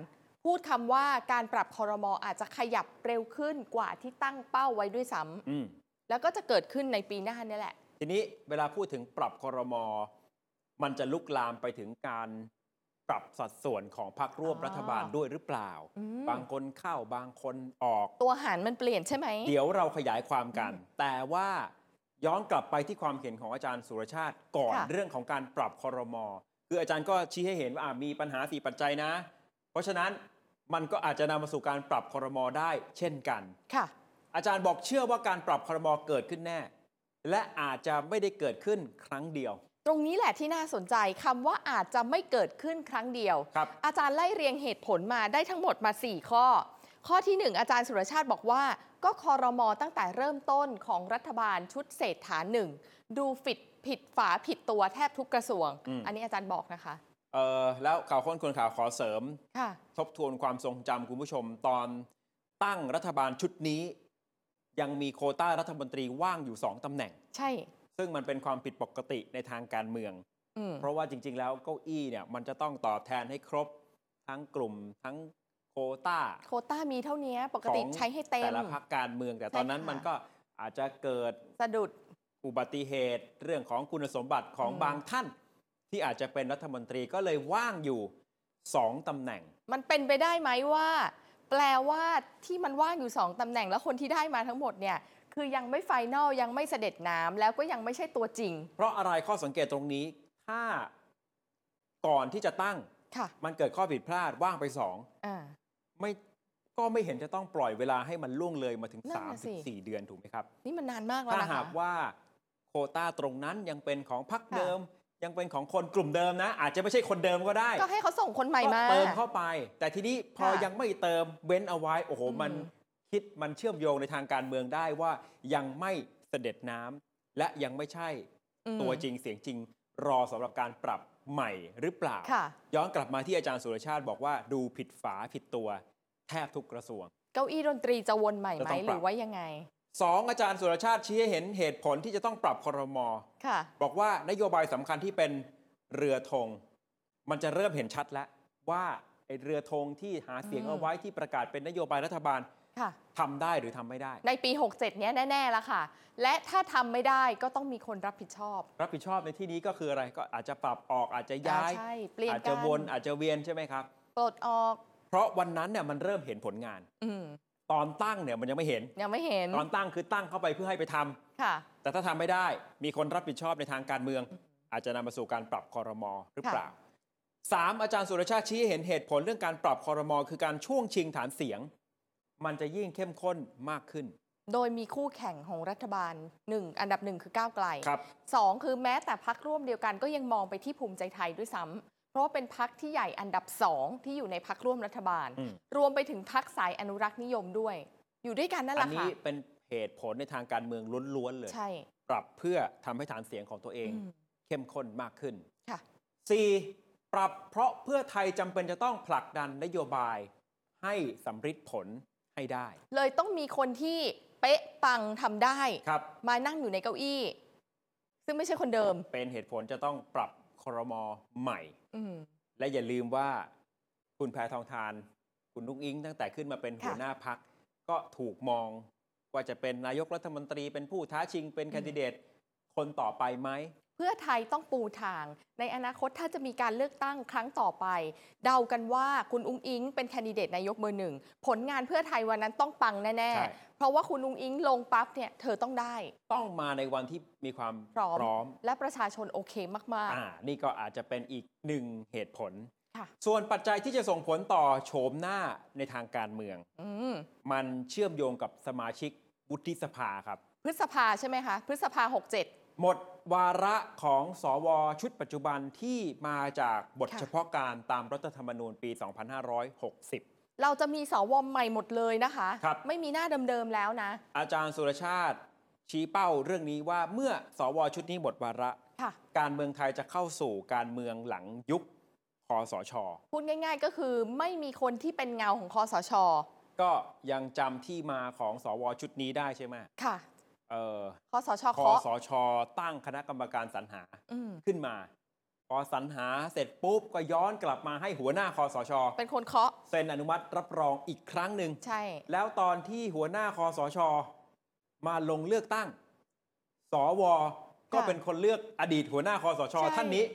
พูดคำว่าการปรับคอรมออาจจะขยับเร็วขึ้นกว่าที่ตั้งเป้าไว้ด้วยซ้ำ
อืม
แล้วก็จะเกิดขึ้นในปีหน้าเนี่ยแหละ
ทีนี้เวลาพูดถึงปรับครม มันจะลุกลามไปถึงการปรับสัดส่วนของพรรคร่วม
อ๋อ
รัฐบาลด้วยหรือเปล่า
อืม
บางคนเข้าบางคนออก
ตัวหารมันเปลี่ยนใช่ไหม
เดี๋ยวเราขยายความกัน แต่ว่าย้อนกลับไปที่ความเห็นของอาจารย์สุรชาติก่อน
ค่ะ
เรื่องของการปรับครม คืออาจารย์ก็ชี้ให้เห็นว่าอ่ะมีปัญหาสี่ปัจจัยนะ เพราะฉะนั้นมันก็อาจจะนำมาสู่การปรับครมได้เช่นกัน
ค่ะ
อาจารย์บอกเชื่อว่าการปรับครมเกิดขึ้นแน่ และอาจจะไม่ได้เกิดขึ้นครั้งเดียว
ตรงนี้แหละที่น่าสนใจคำว่าอาจจะไม่เกิดขึ้นครั้งเดียว
ครับ
อาจารย์ไล่เรียงเหตุผลมาได้ทั้งหมดมา 4 ข้อ ข้อทีหนึ่1 อาจารย์สุรชาติบอกว่า ก็คอรมอตั้งแต่เริ่มต้นของรัฐบาลชุดเศรษฐาหนึ่งดูผิดผิดฝาผิดตัวแทบทุกกระทรวง
อืม
อันนี้อาจารย์บอกนะคะ
เอ่อแล้วข่าวค้นคนข่าวขอเสริม
ค่ะ
ทบทวนความทรงจำคุณผู้ชมตอนตั้งรัฐบาลชุดนี้ ยังมีโควต้ารัฐมนตรีว่างอยู่ 2ตำแหน่ง
ใช่
ซึ่งมันเป็นความผิดปกติในทางการเมือง
อืม
เพราะว่าจริง ๆ แล้วเก้าอี้เนี่ยมันจะต้องตอบแทนให้ครบทั้งกลุ่มทั้งโควต้า
โควต้ามีเท่านี้ปกติ
ของ
ใช้ให้เต็ม
แต่ละพักการเมือง แต่ตอนนั้น
ใช่ค่ะ
มันก็อาจจะเกิด
สะดุด
อุบัติเหตุเรื่องของคุณสมบัติของ
อืม
บางท่าน ที่อาจจะเป็นรัฐมนตรีก็เลยว่างอยู่ 2ตำแหน่ง
มันเป็นไปได้ไหมว่า แปลว่าที่มันว่างอยู่ 2ตำแหน่งแล้วคนที่ได้มาทั้งหมดเนี่ยคือยังไม่ไฟนอลยังไม่เสด็จน้ำแล้วก็ยังไม่ใช่ตัวจริง
เพราะอะไรข้อสังเกตตรงนี้ ถ้าก่อนที่จะตั้ง
ค่ะ
มันเกิดข้อผิดพลาดว่างไปสอง
อ่า
ไม่ก็ไม่เห็นจะต้องปล่อยเวลาให้มันล่วงเลยมาถึง
นั่นน่ะสิ
3-4 เดือนถูกไหมครับ
นี่มันนานมากแล้ว
ถ้า
นะคะ
หากว่าโควต้าตรงนั้นยังเป็นของพรรค
ค่ะ
เดิม ยังเป็นของคนกลุ่มเดิมนะ อาจจะไม่ใช่คนเดิมก็ได้
ก็ให้เขาส่งคนใหม่มา
ก็เติมเข้าไป แต่ทีนี้พอ
ค่ะ
ยังไม่เติมเว้นเอาไว้ โอ้โห
อืม
มันคิดมันเชื่อมโยงในทางการเมืองได้ว่ายังไม่เสด็จน้ำและยังไม่ใช่
อืม
ตัวจริงเสียงจริง รอสำหรับการปรับใหม่หรือเปล่า
ค่ะ
ย้อนกลับมาที่อาจารย์สุรชาติบอกว่าดูผิดฝาผิดตัวแทบทุกกระทรวง
เก้าอี้ดนตรีจะวนใหม่
จะ
ไหม
ต้อง
ห
ปรับ
รือว่ายังไง
สองอาจารย์สุรชาติชี้ให้เห็นเหตุผลที่จะต้องปรับครม
ค่ะ
บอกว่านโยบายสำคัญที่เป็นเรือธงมันจะเริ่มเห็นชัดแล้วว่าไอ้เรือธงที่หาเสียง
อืม
เอาไว้ที่ประกาศเป็นนโยบายรัฐบาล
ค่ะ
ทำได้หรือทำไม่ได้
ในปี 67 เนี้ยแน่ ๆ แล้วค่ะ และถ้าทำไม่ได้ก็ต้องมีคนรับผิดชอบ
รับผิดชอบในที่นี้ก็คืออะไรก็อาจจะปรับออกอาจจะย้าย
อ่ใช่ เปลี่ยน
อาจ
กั
จะ
น
วนอาจจะเวียนใช่ไหมครับ
ปลดออก
เพราะวันนั้นเนี่ยมันเริ่มเห็นผลงาน
อืม
ตอนตั้งเนี่ยมันยังไม่เห็น
ยังไม่เห็น
ตอนตั้งคือตั้งเข้าไปเพื่อให้ไปทำ
ค่ะ
แต่ถ้าทำไม่ได้มีคนรับผิดชอบในทางการเมือง อาจจะนำมาสู่การปรับคอรมอหรือเปล่าสามอาจารย์สุรชาติชี้ให้เห็นเหตุผลเรื่องการปรับคอรมอคือการช่วงชิงฐานเสียง มันจะยิ่งเข้มข้นมากขึ้น
โดยมีคู่แข่งของรัฐบาลหนึ่งอันดับหนึ่งคือก้าวไกล
ครับ
สองคือแม้แต่พักร่วมเดียวกันก็ยังมองไปที่ภูมิใจไทยด้วยซ้ำเพราะว่าเป็นพักที่ใหญ่อันดับสองที่อยู่ในพักร่วมรัฐบาล
อืม
รวมไปถึงพักสายอนุรักษ์นิยมด้วย อยู่ด้วยกันนั่นแห
อั
ละ
น
ค่ะ
นี้เป็นเหตุผลในทางการเมืองล้วนๆเลย
ใช่
ปรับเพื่อทำให้ฐานเสียงของตัวเอง
อืม
เข้มข้นมากขึ้น
ค่ะ
สี่ปรับเพราะเพื่อไทยจำเป็นจะต้องผลักดันนโยบายให้สำฤทธิ์ผลให้ได้
เลยต้องมีคนที่เป๊ะปังทำได้
ครับ
มานั่งอยู่ในเก้าอี้ ซึ่งไม่ใช่คนเดิม
เป็นเหตุผลจะต้องปรับครมใหม่
อืม
และอย่าลืมว่าคุณแพทองทาน คุณลุงอิงตั้งแต่ขึ้นมาเป็น
ค่ะ
หัวหน้าพัก ก็ถูกมองว่าจะเป็นนายกรัฐมนตรีเป็นผู้ท้าชิงเป็น
อืม
แคนดิเดตคนต่อไปไหม
เพื่อไทยต้องปูทาง ในอนาคตถ้าจะมีการเลือกตั้งครั้งต่อไป เดากันว่าคุณอุ้งอิง เป็นแคนดิเดตนายกเบอร์หนึ่ง ผลงานเพื่อไทยวันนั้นต้องปังแน่
ใช่
ๆ เพราะว่าคุณอุ้งอิงลงปั๊บเนี่ยเธอต้องได้
ต้องมาในวันที่มีความ
พร้อม
พร้อม
และประชาชนโอเคมาก
อ่า นี่ก็อาจจะเป็นอีกหนึ่งเหตุผล
ค่ะ
ส่วนปัจจัยที่จะส่งผลต่อโฉมหน้าในทางการเมือง
ๆอืม
มันเชื่อมโยงกับสมาชิกวุฒิสภาครับ
พฤษภาใช่ไหมคะ พฤษภา 67
หมดวาระของสวชุดปัจจุบันที่มาจากบท
ค่ะ
เฉพาะการตามรัฐธรรมนูญปี 2560
เราจะมีสวใหม่หมดเลยนะคะ
ครับ
ไม่มีหน้าเดิมๆแล้วนะ
อาจารย์สุรชาติชี้เป้าเรื่องนี้ว่าเมื่อสวชุดนี้หมดวาระ
ค่ะ
การเมืองไทยจะเข้าสู่การเมืองหลังยุคคอสช
พูดง่าย ๆ ก็คือไม่มีคนที่เป็นเงาของคอสช
ก็ยังจำที่มาของสวชุดนี้ได้ใช่ไหม
ค่ะ
เออ
คอสช
ค
เค
อ
อ
สช ตั้งคณะกรรมการสรรหา
อืม
ขึ้นมา พอสรรหาเสร็จปุ๊บ ก็ย้อนกลับมาให้หัวหน้าคอสช
เป็นคนเคาะ
เซ็นอนุมัติรับรองอีกครั้งหนึ่ง
ใช่
แล้วตอนที่หัวหน้าคอสช มาลงเลือกตั้ง สว ก็เป็นคนเลือกอดีตหัวหน้าคอสช ท่านนี้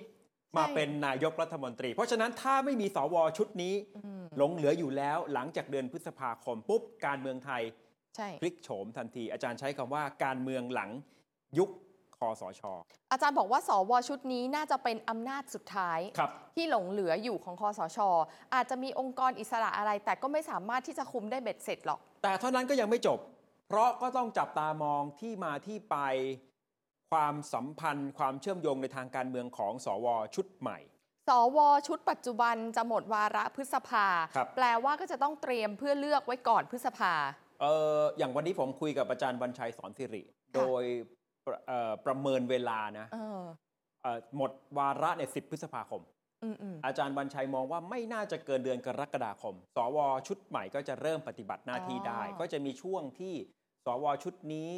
มาเป็นนายกรัฐมนตรี เพราะฉะนั้นถ้าไม่มีสวชุดนี้
อืม
หลงเหลืออยู่แล้วหลังจากเดือนพฤษภาคมปุ๊บ การเมืองไทย
ใช่
พลิกโฉมทันที อาจารย์ใช้คำว่าการเมืองหลังยุคคอสช
อาจารย์บอกว่า สวชุดนี้น่าจะเป็นอำนาจสุดท้าย
ครับ
ที่หลงเหลืออยู่ของคอสช อาจจะมีองค์กรอิสระอะไร แต่ก็ไม่สามารถที่จะคุมได้เบ็ดเสร็จหรอก
แต่เท่านั้นก็ยังไม่จบ เพราะก็ต้องจับตามองที่มาที่ไปความสัมพันธ์ ความเชื่อมโยงในทางการเมืองของสวชุดใหม่
สวชุดปัจจุบันจะหมดวาระพฤษภา
ครับ
แปลว่าก็จะต้องเตรียมเพื่อเลือกไว้ก่อนพฤษภา
เอออย่างวันนี้ผมคุยกับอาจารย์วันชัยสอนสิริ โดยประเอ่อประเมินเวลานะ
เออ
เอ่อหมดวาระใน10 พฤษภาคม
อืมอืม
อาจารย์วันชัยมองว่าไม่น่าจะเกินเดือนกรกฎาคม สวชุดใหม่ก็จะเริ่มปฏิบัติหน้าที่ได้ ก็จะมีช่วงที่สวชุดนี้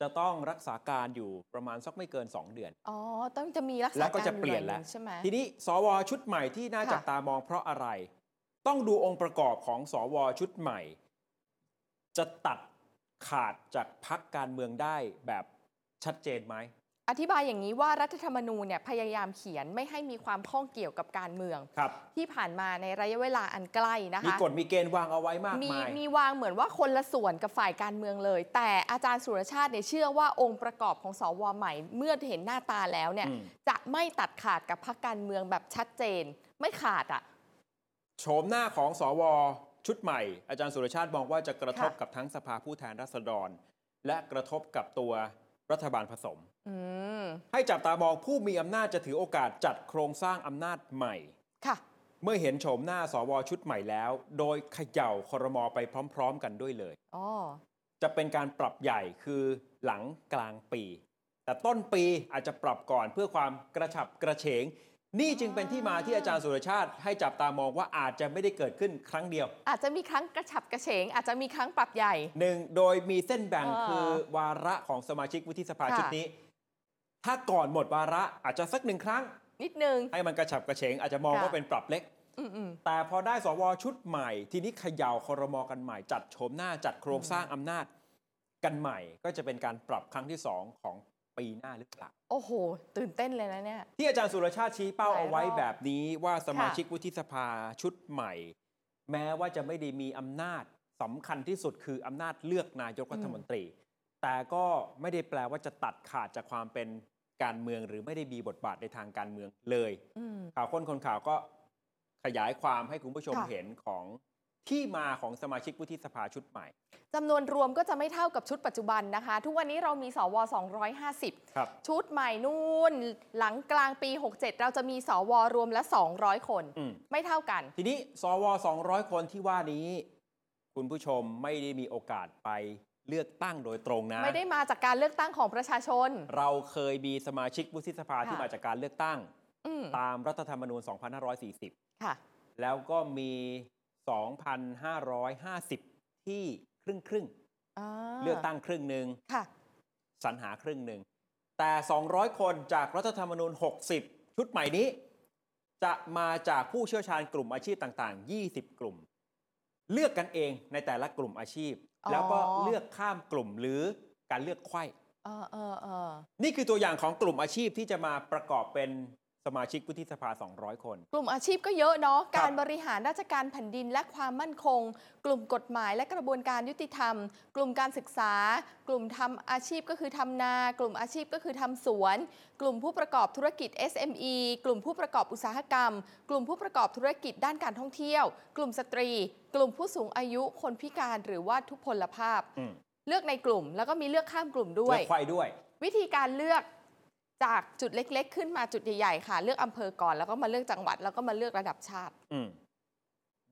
จะต้องรักษาการอยู่ประมาณสักไม่เกิน 2 เดือน
อ๋อ ต้องจะมีรักษา
แล้วก็
การ
จะ
อยู่
เปลี่ยน
หอ
แล้ว
งใช่ไหม
ทีนี้สวชุดใหม่ที่น่า
ค่ะ
จับตามองเพราะอะไร ต้องดูองค์ประกอบของสวชุดใหม่ จะตัดขาดจากพักการเมืองได้แบบชัดเจนไหม
อธิบายอย่างนี้ว่ารัฐธรรมนูญเนี่ยพยายามเขียนไม่ให้มีความข้องเกี่ยวกับการเมือง
ครับ
ที่ผ่านมาในระยะเวลาอันใกล้นะคะ
มีกฎมีเกณฑ์วางเอาไว้มาก
มี
มาย
มีวางเหมือนว่าคนละส่วนกับฝ่ายการเมืองเลย แต่อาจารย์สุรชาติเนี่ยเชื่อว่าองค์ประกอบของสวใหม่ เมื่อเห็นหน้าตาแล้วเนี่ย
อืม
จะไม่ตัดขาดกับพรรคการเมืองแบบชัดเจน ไม่ขาดอ่ะ
โฉมหน้าของสวชุดใหม่ อาจารย์สุรชาติมองว่าจะกระทบ
ค่ะ
กับทั้งสภาผู้แทนราษฎร และกระทบกับตัวรัฐบาลผสม
อืม
ให้จับตามองผู้มีอำนาจจะถือโอกาสจัดโครงสร้างอำนาจใหม่
ค่ะ
เมื่อเห็นโฉมหน้าสวชุดใหม่แล้ว โดยเขย่าครมอไปพร้อม ๆ กันด้วยเลย
อ๋อ
จะเป็นการปรับใหญ่คือหลังกลางปี แต่ต้นปีอาจจะปรับก่อนเพื่อความกระฉับกระเฉง นี่จึงเป็นที่มาที่อาจารย์สุรชาติ ให้จับตามองว่าอาจจะไม่ได้เกิดขึ้นครั้งเดียว
อาจจะมีครั้งกระฉับกระเฉง อาจจะมีครั้งปรับใหญ่
หนึ่งโดยมีเส้นแบ่ง
เออ
คือวาระของสมาชิกวุฒิสภา
ค่ะ
ชุดนี้ ถ้าก่อนหมดวาระอาจจะสักหนึ่งครั้ง
นิดนึง
ให้มันกระฉับกระเฉงอาจจะมอง
ค่ะ
ว่าเป็นปรับเล็ก
อืมอืม
แต่พอได้สวชุดใหม่ ทีนี้เขย่าครมกันใหม่ จัดโฉมหน้าจัดโครงสร้างอำนาจกันใหม่ ก็จะเป็นการปรับครั้งที่ 2 ของปีหน้าหรือเปล่า
โอ้โห ตื่นเต้นเลยนะเนี่ย
ที่อาจารย์สุรชาติชี้เป้าเอาไว้
หลายรอบ
แบบนี้ว่าสมาชิก
ค่ะ
วุฒิสภาชุดใหม่ แม้ว่าจะไม่ได้มีอำนาจสำคัญที่สุดคืออำนาจเลือกนายกรัฐมนตรี แต่ก็ไม่ได้แปลว่าจะตัดขาดจากความเป็นการเมือง หรือไม่ได้มีบทบาทในทางการเมืองเลย
อืม
ข่าวค้นคนข่าวก็ขยายความให้คุณผู้ชม
ค่ะ
เห็นของที่มาของสมาชิกวุฒิสภาชุดใหม่
จำนวนรวมก็จะไม่เท่ากับชุดปัจจุบันนะคะ ทุกวันนี้เรามีสว250
ครับ
ชุดใหม่นู่น หลังกลางปี 67 เราจะมีสวรวมละ 200 คน
อืม
ไม่เท่ากัน
ทีนี้สว 200 คนที่ว่านี้ คุณผู้ชมไม่ได้มีโอกาสไปเลือกตั้งโดยตรงนะ
ไม่ได้มาจากการเลือกตั้งของประชาชน
เราเคยมีสมาชิกวุฒิสภาที่
ค่ะ
มาจากการเลือกตั้ง
อืม
ตามรัฐธรรมนูญ
ค่ะ
2540 แล้วก็มี 2,550 ที่ครึ่งครึ่งๆเลือกตั้งครึ่งหนึ่ง
ค่ะ
สรรหาครึ่งหนึ่ง แต่ 200 คนจากรัฐธรรมนูญ 60 ชุดใหม่นี้ จะมาจากผู้เชี่ยวชาญกลุ่มอาชีพต่างๆ 20 กลุ่ม เลือกกันเองในแต่ละกลุ่มอาชีพ
อ๋อ
แล้วก็เลือกข้ามกลุ่มหรือการเลือกไขว้
เออเออเออ
นี่คือตัวอย่างของกลุ่มอาชีพที่จะมาประกอบเป็นสมาชิกวุฒิสภา 200 คน
กลุ่มอาชีพก็เยอะเนาะ
ครับ
การบริหารราชการแผ่นดินและความมั่นคง กลุ่มกฎหมายและกระบวนการยุติธรรม กลุ่มการศึกษา กลุ่มทำอาชีพก็คือทำนา กลุ่มอาชีพก็คือทำสวน กลุ่มผู้ประกอบธุรกิจ SME กลุ่มผู้ประกอบอุตสาหกรรม กลุ่มผู้ประกอบธุรกิจด้านการท่องเที่ยว กลุ่มสตรี กลุ่มผู้สูงอายุ คนพิการหรือว่าทุพพลภาพ
อืม
เลือกในกลุ่ม แล้วก็มีเลือกข้ามกลุ่มด้ว
เลื
ย
อกไขว้ด้วย
วิธีการเลือกจากจุดเล็ก ๆ ขึ้นมาจุดใหญ่ๆค่ะ เลือกอำเภอก่อนแล้วก็มาเลือกจังหวัด แล้วก็มาเลือกระดับชาติ
อืม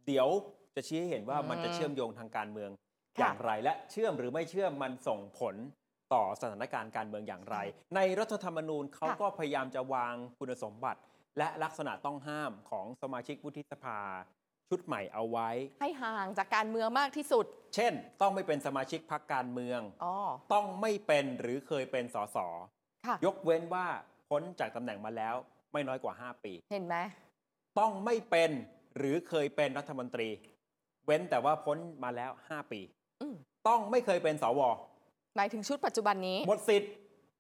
เดี๋ยวจะชี้ให้เห็นว่า
อืม
มันจะเชื่อมโยงทางการเมือง
ค่ะ
อย่างไรและเชื่อมหรือไม่เชื่อมมันส่งผลต่อสถานการณ์การเมืองอย่างไร ในรัฐธรรมนูญเขา
ค่ะ
ก็พยายามจะวางคุณสมบัติ และลักษณะต้องห้ามของสมาชิกวุฒิสภา ชุดใหม่เอาไว้
ให้ห่างจากการเมืองมากที่สุด
เช่น ต้องไม่เป็นสมาชิกพรรคการเมือง
อ๋อ
ต้องไม่เป็นหรือเคยเป็นสส
ค่ะ
ยกเว้นว่าพ้นจากตำแหน่งมาแล้วไม่น้อยกว่า 5 ปี
เห็นไหม
ต้องไม่เป็นหรือเคยเป็นรัฐมนตรี เว้นแต่ว่าพ้นมาแล้ว 5 ปี
อืม
ต้องไม่เคยเป็นสว
หมายถึงชุดปัจจุบันนี้
หมดสิทธิ์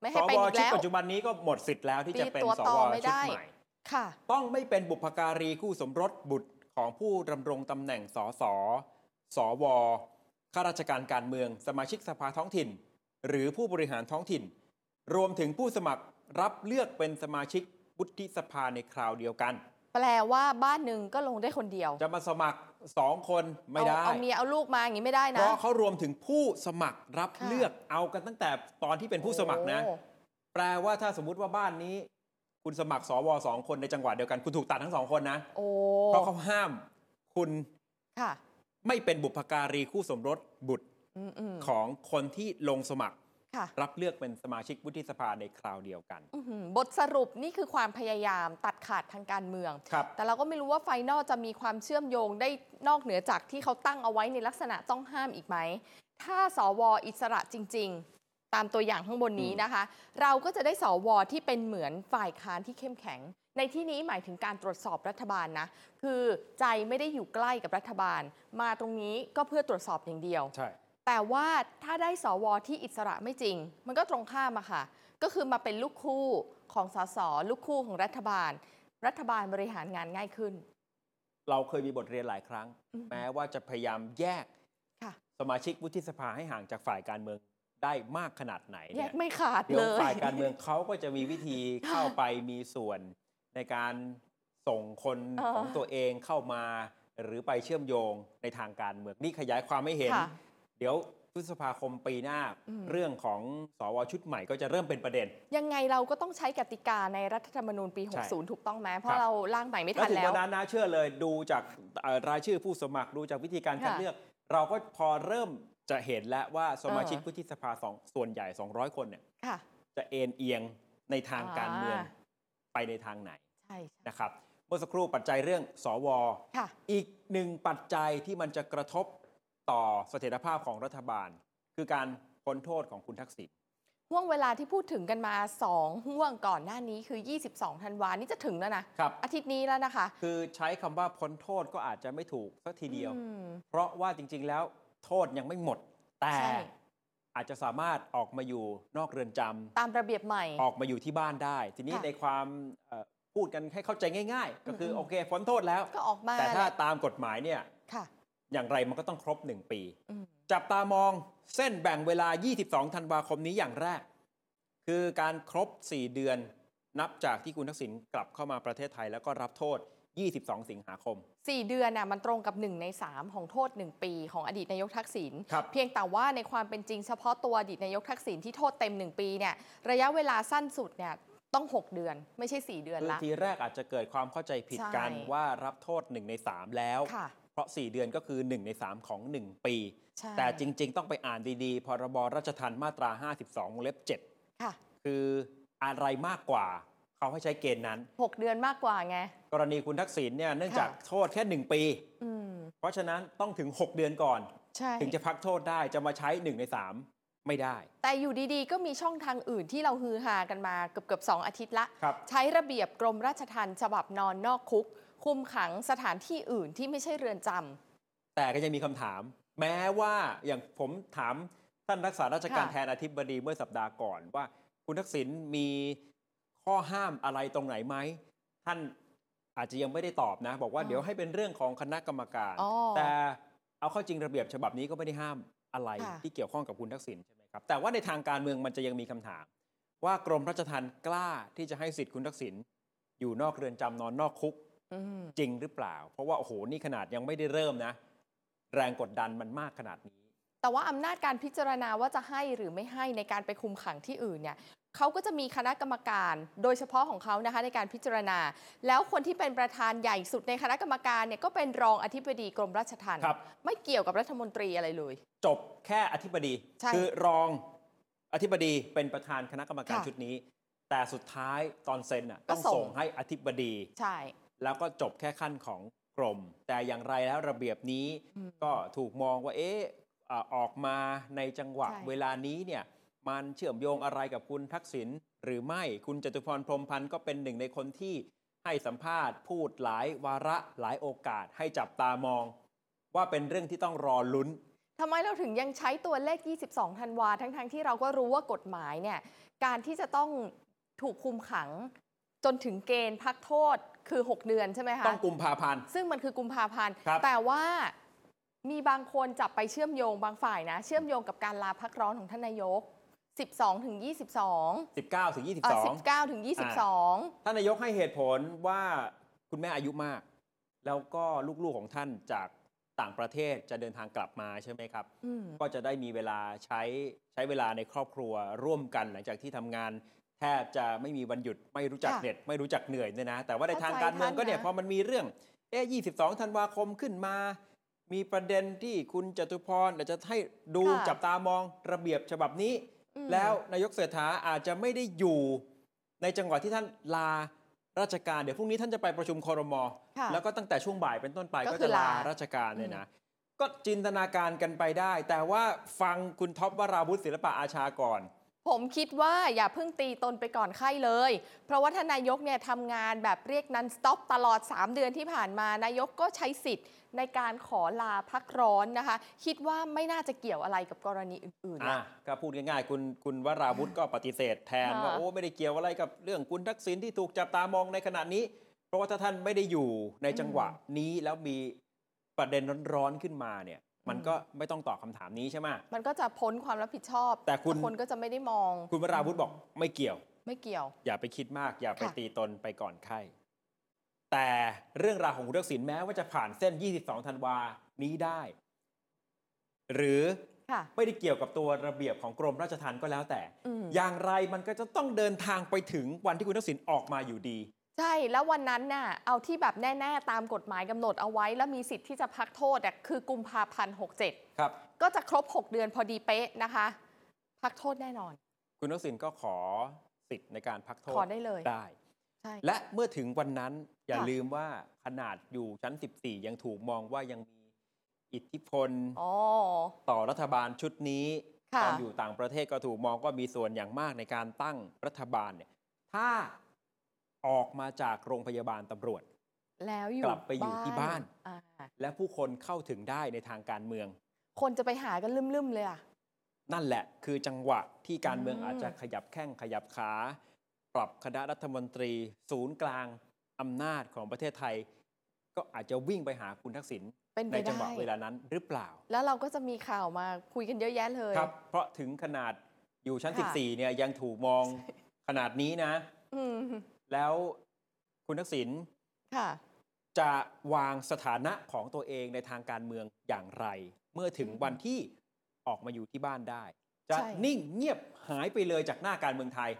ไม่
ส
ให้ไป
ว
อีก
ชุด
แล้ว
ปัจจุบันนี้ก็หมดสิทธิ์แล้วที่จะเป็น
มีตัว
ส
ต่อ
ว
ไม่
ชุด
ได้
ใหม่
ค่ะ
ต้องไม่เป็นบุพการีคู่สมรสบุตรของผู้ดำรงตำแหน่งสสสวข้าราชการการเมือง สมาชิกสภาท้องถิ่น หรือผู้บริหารท้องถิ่น รวมถึงผู้สมัครรับเลือกเป็นสมาชิกวุฒิสภาในคราวเดียวกัน
แปลว่าบ้านหนึ่งก็ลงได้คนเดียว
จะมาสมัครสองคนไม่ได้
เอาเอาเมียเอาลูกมาอย่างนี้ไม่ได้
เพ
นะ
ราะเขารวมถึงผู้สมัครรับ
ค่ะ
เลือกเอากันตั้งแต่ตอนที่เป็นผู้สมัครนะ
โอ้
แปลว่าถ้าสมมุติว่าบ้านนี้ คุณสมัครสวสองคนในจังหวัดเดียวกันคุณถูกตัดทั้งสองคนนะ
โอ้
เพราะเขาห้ามคุณ
ค่ะ
ไม่เป็นบุพการีคู่สมรสบุตร
อืมอืม
ของคนที่ลงสมัคร
ค่ะ
รับเลือกเป็นสมาชิกวุฒิสภาในคราวเดียวกัน
อื้อหือบทสรุปนี่คือความพยายามตัดขาดทางการเมือง
ครับ
แต่เราก็ไม่รู้ว่าไฟนอลจะมีความเชื่อมโยงได้นอกเหนือจากที่เขาตั้งเอาไว้ในลักษณะต้องห้ามอีกไหม ถ้าสวอิสระจริง ๆ ตามตัวอย่างข้างบนนี้นะคะ เราก็จะได้สวที่เป็นเหมือนฝ่ายค้านที่เข้มแข็ง ในที่นี้หมายถึงการตรวจสอบรัฐบาลนะ คือใจไม่ได้อยู่ใกล้กับรัฐบาล มาตรงนี้ก็เพื่อตรวจสอบอย่างเดียว
ใช่
แต่ว่าถ้าได้สวที่อิสระไม่จริง มันก็ตรงข้ามอะค่ะ ก็คือมาเป็นลูกคู่ของสสลูกคู่ของรัฐบาล รัฐบาลบริหารงานง่ายขึ้น
เราเคยมีบทเรียนหลายครั้ง
อืม
แม้ว่าจะพยายามแยก
ค่ะ
สมาชิกวุฒิสภาให้ห่างจากฝ่ายการเมืองได้มากขนาดไหน
แย
เนี่ย
กไม่ขาด
เดี๋ย
เล
วย ฝ่ายการเมืองเขาก็จะมีวิธีเข้าไปมีส่วนในการส่งคน
เออ
ของตัวเองเข้ามา หรือไปเชื่อมโยงในทางการเมืองนี่ขยายความให้เห็น
ค่ะ
เดี๋ยวพฤษภาคมปีหน้า
อืม
เรื่องของสวชุดใหม่ก็จะเริ่มเป็นประเด็น
ยังไงเราก็ต้องใช้กติกาในรัฐธรรมนูญปี
ใช่
60 ถูกต้องไหมเพ
ครั
ราะ
บ
เราร่างใหม่ไม่
แล้ว
ทัน
ถึง
แล้ว
วันนั้นนะเชื่อเลยดูจากเอ่อรายชื่อผู้สมัครดูจากวิธีการคัด
ค่ะ
เลือก เราก็พอเริ่มจะเห็นแล้วว่าสมาชิก
เออ
วุฒิสภาสองส่วนใหญ่ 200 คนเนี่ย
ค่ะ
จะเอ็นเอียงในทางการเมือง
อ่า
ไปในทางไหน
ใช่ใช่
นะครับเมื่อสักครู่ปัจจัยเรื่องสว
ค่ะ
อีกหนึ่งปัจจัยที่มันจะกระทบต่อเสถียรภาพของรัฐบาล คือการพ้นโทษของคุณทักษิณ
ห่วงเวลาที่พูดถึงกันมา 2 ห่วงก่อนหน้านี้คือ 22 ธันวานี่จะถึงแล้วนะครับ อาทิตย์นี้แล้วนะคะ
คือใช้คำว่าพ้นโทษก็อาจจะไม่ถูกสักทีเดียว
อืม
เพราะว่าจริงๆแล้วโทษยังไม่หมด แต่
ใช่
อาจจะสามารถออกมาอยู่นอกเรือนจำ
ตามระเบียบใหม่
ออกมาอยู่ที่บ้านได้ ทีนี้
ค่ะ
ในความเอ่อพูดกันให้เข้าใจง่าย ๆ ก็คืออ
ม
โอเคพ้นโทษแล้ว
ก็ออกมา
แต่ถ้า
แหละ
ตามกฎหมายเนี่ย
ค่ะ
อย่างไรมันก็ต้องครบ 1 ปี
อืม
จับตามองเส้นแบ่งเวลา 22 ธันวาคมนี้อย่างแรก คือการครบ 4 เดือนนับจากที่คุณทักษิณกลับเข้ามาประเทศไทย แล้วก็รับโทษ 22 สิงหาคม
สี่เดือนน่ะมันตรงกับ 1 ใน 3 ของโทษ 1 ปีของอดีตนายกทักษิณ
ครับ
เพียงแต่ว่าในความเป็นจริงเฉพาะตัวอดีตนายกทักษิณที่โทษเต็ม 1 ปีเนี่ยระยะเวลาสั้นสุดเนี่ยต้อง 6 เดือนไม่ใช่ 4 เดือน
คือ
ละ
ทีแรกอาจจะเกิดความเข้าใจผิดกัน
ใช่
ว่ารับโทษ 1 ใน 3 แล้ว
ค่ะ
เพราะ 4 เดือนก็คือ 1 ใน 3 ของ 1 ปี
ใช่
แต่จริง ๆ ต้องไปอ่านดีๆ พรบราชทัณฑ์มาตรา 52วงเล็บ
ค่ะ
7 คืออะไรมากกว่า เขาให้ใช้เกณฑ์นั้น
6 เดือนมากกว่าไง
กรณีคุณทักษิณเนี่ยเนื่องจาก
ค่ะ
โทษแค่ 1 ปี
อืม
เพราะฉะนั้นต้องถึง 6 เดือนก่อน
ใช่
ถึงจะพักโทษได้จะมาใช้ 1 ใน 3 ไม่ได้
แต่อยู่ดีๆ ก็มีช่องทางอื่นที่เราฮือฮากันมาเกือบเกือบๆสองอาทิตย์ละ
ครับ
ใช้ระเบียบกรมราชทัณฑ์ฉบับนอนนอกคุก คุมขังสถานที่อื่นที่ไม่ใช่เรือนจำ
แต่ก็ยังมีคำถาม แม้ว่าอย่างผมถามท่านรักษาราชการ
ค่ะ
แทนอธิบดีเมื่อสัปดาห์ก่อนว่า คุณทักษิณมีข้อห้ามอะไรตรงไหนไหม ท่านอาจจะยังไม่ได้ตอบนะ บอกว่าเดี๋ยวให้เป็นเรื่องของคณะกรรมการ
อ๋อ
แต่เอาเข้าจริงระเบียบฉบับนี้ก็ไม่ได้ห้ามอะไร
ค่ะ
ที่เกี่ยวข้องกับคุณทักษิณใช่ไหมครับแต่ว่าในทางการเมืองมันจะยังมีคำถาม ว่ากรมราชทัณฑ์กล้าที่จะให้สิทธิ์คุณทักษิณอยู่นอกเรือนจำนอนนอกคุก
อืม
จริงหรือเปล่า เพราะว่า โอ้โห นี่ขนาดยังไม่ได้เริ่มนะ แรงกดดันมันมากขนาดนี้
แต่ว่าอำนาจการพิจารณาว่าจะให้หรือไม่ให้ในการไปคุมขังที่อื่นเนี่ยเขาก็จะมีคณะกรรมการโดยเฉพาะของเขานะคะในการพิจารณา แล้วคนที่เป็นประธานใหญ่สุดในคณะกรรมการเนี่ยก็เป็นรองอธิบดีกรมราชทัณฑ์
ครับ
ไม่เกี่ยวกับรัฐมนตรีอะไรเลย
จบแค่อธิบดี
ใช่
คือรองอธิบดีเป็นประธานคณะกรรมการ
ค่ะ
ชุดนี้ แต่สุดท้ายตอนเซ็นน่ะ
ก็
ต้อง
ส่ง
ส่งให้อธิบดี
ใช่
แล้วก็จบแค่ขั้นของ กรม แต่อย่างไรแล้วระเบียบนี้
อืม
ก็ถูกมองว่าเอ๊ะอ่าออกมาในจังหวะ
ใช่
เวลานี้เนี่ยมันเชื่อมโยงอะไรกับคุณทักษิณหรือไม่คุณจตุพรพรหมพันธ์ก็เป็นหนึ่งในคนที่ให้สัมภาษณ์ พูดหลายวาระหลายโอกาสให้จับตามอง ว่าเป็นเรื่องที่ต้องรอลุ้น
ทำไมเราถึงยังใช้ตัวเลข 22 ธันวา ทั้งๆทที่เราก็รู้ว่ากฎหมายเนี่ย การที่จะต้องถูกคุมขัง จนถึงเกณฑ์พักโทษคือ 6 เดือนใช่ไหมคะ
ต้องกุมภาพันธ์
ซึ่งมันคือกุมภาพันธ์
ครับ
แต่ว่ามีบางคนจับไปเชื่อมโยงบางฝ่ายนะ เชื่อมโยงกับการลาพักร้อนของท่านนายก 12 ถึง 22
19ถึง
เอ่อ
22
19 ถึง 22
ท่านนายกให้เหตุผลว่าคุณแม่อายุมาก แล้วก็ลูกๆของท่านจากต่างประเทศจะเดินทางกลับมาใช่ไหมครับ
อืม
ก็จะได้มีเวลาใช้ใช้เวลาในครอบครัวร่วมกันหลังจากที่ทำงาน แทบจะไม่มีวันหยุดไม่รู้จัก
ค่ะ
เหน็ดไม่รู้จักเหนื่อยเนี่ยนะ แต่ว่าใน
เข้าใจ
ทางการเมืองก็เนี่ย
ท่านนะ
พอมันมีเรื่องเอ๊ะ22 ธันวาคมขึ้นมา มีประเด็นที่คุณจตุพรอาจจะให้ดูจับตามองระเบียบฉบับนี้
อืม
แล้วนายกเศรษฐาอาจจะไม่ได้อยู่ในจังหวะที่ท่านลาราชการ เดี๋ยวพรุ่งนี้ท่านจะไปประชุมคอรมอ
ค่ะ
แล้วก็ตั้งแต่ช่วงบ่ายเป็นต้นไป
ก็
ก็
คือ
จะลา
ลา
ราชการเนี่ยนะ ก็จินตนาการกันไปได้ แต่ว่าฟังคุณท็อปวราวุฒิศิลปะอาชาก่อน
ผมคิดว่าอย่าเพิ่งตีตนไปก่อนไข้เลย เพราะว่าท่านนายกเนี่ยทำงานแบบเรียกนันสต็อปตลอด 3 เดือนที่ผ่านมานายกก็ใช้สิทธิ์ในการขอลาพักร้อนนะคะ คิดว่าไม่น่าจะเกี่ยวอะไรกับกรณีอื่นๆ
อ่ะ
นะ
ก็พูดง่ายๆ คุณคุณวราวุฒิก็ปฏิเสธแทน
ค่ะ
ว่าโอ้ไม่ได้เกี่ยวอะไรกับเรื่องคุณทักษิณที่ถูกจับตามองในขณะนี้ เพราะว่าถ้าท่านไม่ได้อยู่ในจังหวะนี้แล้วมีประเด็นร้อนๆขึ้นมาเนี่ย มัน
อืม
ก็ไม่ต้องตอบคำถามนี้ใช่ไหม
มันก็จะพ้นความรับผิดชอบ
แต่คุณ
คนก็จะไม่ได้มอง
คุณวราวุฒิบอกไม่เกี่ยว
ไม่เกี่ยว
อย่าไปคิดมาก อย่าไป
ค่ะ
ตีตนไปก่อนไข้แต่เรื่องราวของคุณทักษิณแม้ว่าจะผ่านเส้น 22 ธันวานี้ได้ หรือ
ค่ะ
ไม่ได้เกี่ยวกับตัวระเบียบของกรมราชทัณฑ์ก็แล้วแต่
อืม
อย่างไรมันก็จะต้องเดินทางไปถึงวันที่คุณทักษิณออกมาอยู่ดี
ใช่แล้ววันนั้นน่ะเอาที่แบบแน่ ๆ ตามกฎหมายกำหนดเอาไว้ แล้วมีสิทธิ์ที่จะพักโทษอะคือกุมภาพันธ์67
ครับ
ก็จะครบ 6 เดือนพอดีเป๊ะนะคะ พักโทษแน่นอน
คุณทักษิณก็ขอสิทธิ์ในการพักโทษ
ขอได้เลย
ได้
ใช่
และเมื่อถึงวันนั้นอย่า
ค่ะ
ลืมว่าขนาดอยู่ชั้น 14 ยังถูกมองว่ายังมีอิทธิพล
อ๋อ
ต่อรัฐบาลชุดนี้
ค่ะ
ตอนอยู่ต่างประเทศก็ถูกมองว่ามีส่วนอย่างมากในการตั้งรัฐบาลเนี่ยถ้าออกมาจากโรงพยาบาลตำรวจ
แล้วอยู่
กลับไปอยู่ที่บ้าน
อ่า
และผู้คนเข้าถึงได้ในทางการเมือง
คนจะไปหากันลืมๆเลยอ่ะ
นั่นแหละคือจังหวะที่การเมือง
อืม
อาจจะขยับแข้งขยับขา ปรับคณะรัฐมนตรี ศูนย์กลางอำนาจของประเทศไทย ก็อาจจะวิ่งไปหาคุณทักษิณ
เป็นไป
ในจังหวะ
ได้
เวลานั้นหรือเปล่า
แล้วเราก็จะมีข่าวมาคุยกันเยอะแยะเลย
ครับ เพราะถึงขนาดอยู่ชั้น
ค่ะ
14เนี่ยยังถูกมองขนาดนี้นะ
อืม
แล้วคุณทักษิณ
ค่ะ
จะวางสถานะของตัวเองในทางการเมืองอย่างไร เมื่อถึงวันที่ออกมาอยู่ที่บ้านได้ จะ
ใช่
นิ่งเงียบหายไปเลยจากหน้าการเมืองไทย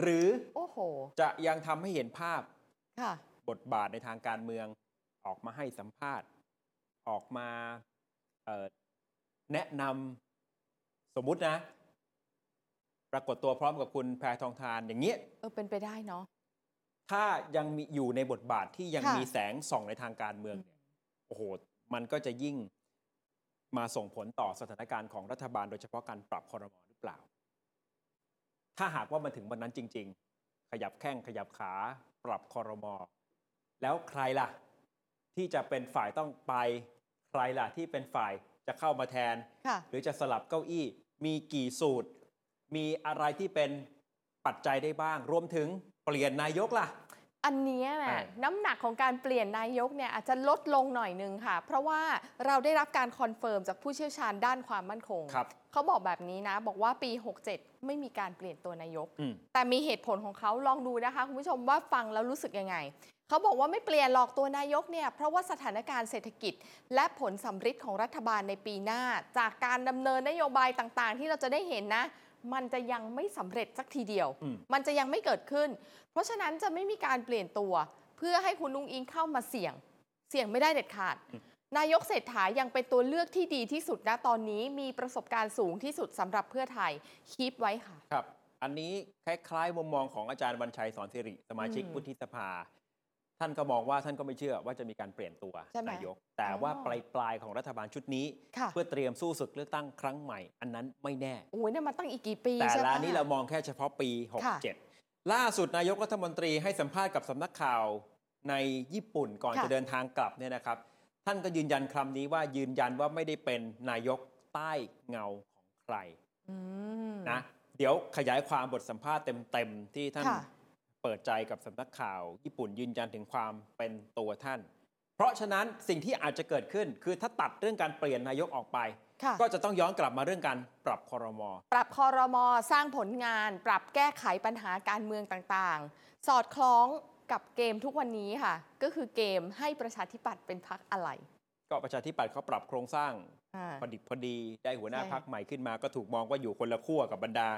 หรือ
โอ้โห
จะยังทำให้เห็นภาพ
ค่ะ
บทบาทในทางการเมือง ออกมาให้สัมภาษณ์ ออกมาเอ่อแนะนำสมมุตินะ ปรากฏตัวพร้อมกับคุณแพรทองทานอย่างเงี้ย
เออเป็นไปได้เนาะ
ถ้ายังมีอยู่ในบทบาทที่ยัง
ค่ะ
มีแสงส่องในทางการเมืองเนี่ยโอ้โห มันก็จะยิ่งมาส่งผลต่อสถานการณ์ของรัฐบาลโดยเฉพาะการปรับคอรมอหรือเปล่า ถ้าหากว่ามันถึงวันนั้นจริง ๆ ขยับแข้งขยับขา ปรับคอรมอ แล้วใครล่ะ ที่จะเป็นฝ่ายต้องไป ใครล่ะที่เป็นฝ่ายจะเข้ามาแทน
ค่ะ
หรือจะสลับเก้าอี้ มีกี่สูตร มีอะไรที่เป็นปัจจัยได้บ้าง รวมถึงเปลี่ยนนายกล่ะ
อันเนี้ย
ใช่
นะน้ำหนักของการเปลี่ยนนายกเนี่ยอาจจะลดลงหน่อยนึงค่ะ เพราะว่าเราได้รับการคอนเฟิร์มจากผู้เชี่ยวชาญด้านความมั่นคง
ครับ
เขาบอกแบบนี้นะ บอกว่าปี 67 ไม่มีการเปลี่ยนตัวนายก
อืม
แต่มีเหตุผลของเขาลองดูนะคะ คุณผู้ชมว่าฟังแล้วรู้สึกยังไง เขาบอกว่าไม่เปลี่ยนหรอกตัวนายกเนี่ยเพราะว่าสถานการณ์เศรษฐกิจ และผลสัมฤทธิ์ของรัฐบาลในปีหน้า จากการดำเนินนโยบายต่างๆ ที่เราจะได้เห็นนะ มันจะยังไม่สำเร็จสักทีเดียว
อืม
มันจะยังไม่เกิดขึ้น เพราะฉะนั้นจะไม่มีการเปลี่ยนตัว เพื่อให้คุณลุงอิงเข้ามาเสี่ยง เสี่ยงไม่ได้เด็ดขาด นายกเศรษฐายังเป็นตัวเลือกที่ดีที่สุดนะตอนนี้มีประสบการณ์สูงที่สุดสำหรับเพื่อไทยคีปไว้ค่ะ
ครับ อันนี้คล้ายๆมุมมองของอาจารย์วันชัยสอนสิริ สมาชิก
อืม
วุฒิสภา ท่านก็มองว่าท่านก็ไม่เชื่อว่าจะมีการเปลี่ยนตัว
ใช่ไหม
นายก แต่ว่า
อ๋
ปลา
อ
ยปลายๆของรัฐบาลชุดนี้
ค่ะ
เพื่อเตรียมสู้ศึกเลือกตั้งครั้งใหม่ อันนั้นไม่แน่
โอ้ยเนี่ยมันตั้งอีกกี่ปี
แต่
ใช่ไหม
ร้านนี้เรามองแค่เฉพาะปี
ค่ะ
67 ล่าสุดนายกรัฐมนตรีให้สัมภาษณ์กับสำนักข่าวในญี่ปุ่นก่อนจะเดินทางกลับเนี่ยนะครับ ท่านก็ยืนยันคำนี้ว่ายืนยันว่าไม่ได้เป็นนายกใต้เงาของใคร
อืม
นะเดี๋ยวขยายความบทสัมภาษณ์เต็มๆที่ท่าน
ค่ะ
เปิดใจกับสำนักข่าว ญี่ปุ่นยืนยันถึงความเป็นตัวท่าน เพราะฉะนั้นสิ่งที่อาจจะเกิดขึ้น คือถ้าตัดเรื่องการเปลี่ยนนายกออกไป
ค่ะ
ก็จะต้องย้อนกลับมาเรื่องการปรับคอรมอ
ปรับคอรมอสร้างผลงาน ปรับแก้ไขปัญหาการเมืองต่างๆ สอดคล้องกับเกมทุกวันนี้ค่ะ ก็คือเกมให้ประชาธิปัตย์เป็นพักอะไร
ก็ประชาธิปัตย์เขาปรับโครงสร้าง
อ่า
พอดิบพอดีได้หัวหน้า
ใช่
พักใหม่ขึ้นมา ก็ถูกมองว่าอยู่คนละขั้วกับบรรดา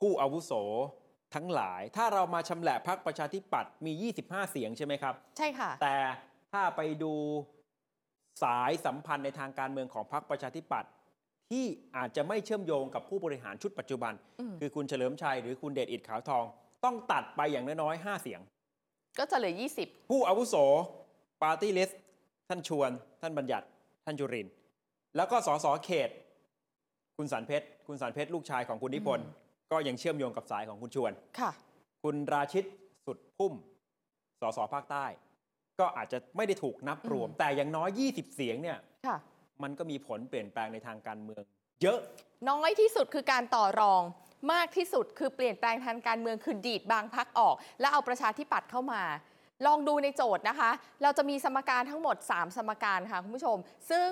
ผู้อาวุโสทั้งหลาย ถ้าเรามาชำแหละพักประชาธิปัตย์มี 25 เสียงใช่ไหมครับ
ใช่ค่ะ
แต่ถ้าไปดูสายสัมพันธ์ในทางการเมืองของพรรคประชาธิปัตย์ที่อาจจะไม่เชื่อมโยงกับผู้บริหารชุดปัจจุบัน
อืม
คือคุณเฉลิมชัยหรือคุณเดชอิดขาวทอง ต้องตัดไปอย่างน้อยๆ5เสียง
ก็จะเหลือ 20
ผู้อาวุโสปาร์ตี้ลิสต์ท่านชวน ท่านบัญญัติ ท่านจุรินทร์แล้วก็สสเขต คุณสันเพชรคุณสันเพชรลูกชายของคุณนิพนธ์
อื
ก็ยังเชื่อมโยงกับสายของคุณชวน
ค่ะ
คุณราชิตสุดพุ่ม สสภาคใต้ ก็อาจจะไม่ได้ถูกนับรวม
อืม
แต่อย่างน้อย 20 เสียงเนี่ย
ค่ะ
มันก็มีผลเปลี่ยนแปลงในทางการเมือง เยอะ
น้อยที่สุดคือการต่อรอง มากที่สุดคือเปลี่ยนแปลงทางการเมืองคือดีดบางพักออก แล้วเอาประชาธิปัตย์เข้ามา ลองดูในโจทย์นะคะ เราจะมีสมการทั้งหมด 3 สมการค่ะคุณผู้ชม ซึ่ง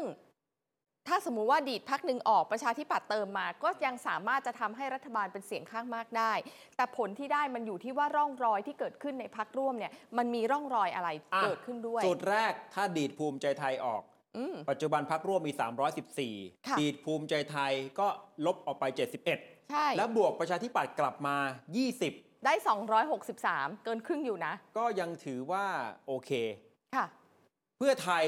ถ้าสมมุติว่าดีดพักหนึ่งออกประชาธิปัตย์เติมมา ก็ยังสามารถจะทำให้รัฐบาลเป็นเสียงข้างมากได้ แต่ผลที่ได้มันอยู่ที่ว่าร่องรอยที่เกิดขึ้นในพักร่วมเนี่ยมันมีร่องรอยอะไร
อ่ะ
เกิดขึ้นด้วย
จุดแรกถ้าดีดภูมิใจไทยออก
อืม
ปัจจุบันพักร่วมมี
ค่ะ
314 ดีดภูมิใจไทยก็ลบออกไป 71
ใช่
แล้วบวกประชาธิปัตย์กลับมา 20
ได้ 263 เกินครึ่งอยู่นะ
ก็ยังถือว่าโอเค
ค่ะ
เพื่อไทย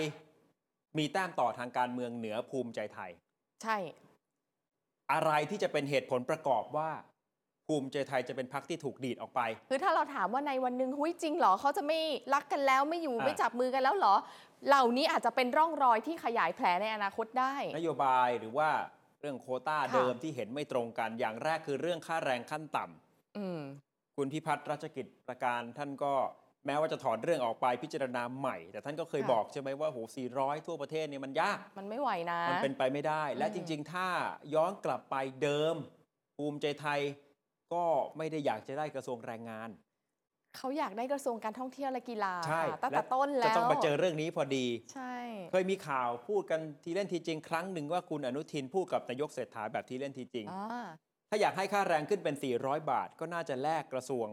มีแต้มต่อทางการเมืองเหนือภูมิใจไทย
ใช่
อะไรที่จะเป็นเหตุผลประกอบว่า ภูมิใจไทยจะเป็นพักที่ถูกดีดออกไป
คือถ้าเราถามว่าในวันหนึ่งหุ้ยจริงเหรอเขาจะไม่รักกันแล้วไม่อยู่
อ่ะ
ไม่จับมือกันแล้วเหรอ เหล่านี้อาจจะเป็นร่องรอยที่ขยายแผลในอนาคตได้
นโยบายหรือว่าเรื่องโควต้า
ค่ะ
เดิมที่เห็นไม่ตรงกันอย่างแรกคือเรื่องค่าแรงขั้นต่ำ
อืม
คุณพิพัฒน์รัชกิจประการท่านก็แม้ว่าจะถอนเรื่องออกไปพิจารณาใหม่ แต่ท่านก็เคย
ค่ะ
บอกใช่ไหมว่าโห400 ทั่วประเทศเนี่ยมันยาก
มันไม่ไหวนะ
มันเป็นไปไม่ได้ และ
อืม
จริง ๆ ถ้าย้อนกลับไปเดิม ภูมิใจไทยก็ไม่ได้อยากจะได้กระทรวงแรงงาน
เขาอยากได้กระทรวงการท่องเที่ยวและกีฬา
ใช่
ค่ะตั้ง
และ
แต่ต้นแล้
จะ
ว
ต้องมาเจอเรื่องนี้พอดี
ใช่
เคยมีข่าวพูดกันทีเล่นทีจริง ครั้งหนึ่งว่าคุณอนุทินพูดกับนายกเศรษฐาแบบทีเล่นทีจริง
อ่า
ถ้าอยากให้ค่าแรงขึ้นเป็น 400 บาท ก็น่าจะแลกกระทรวง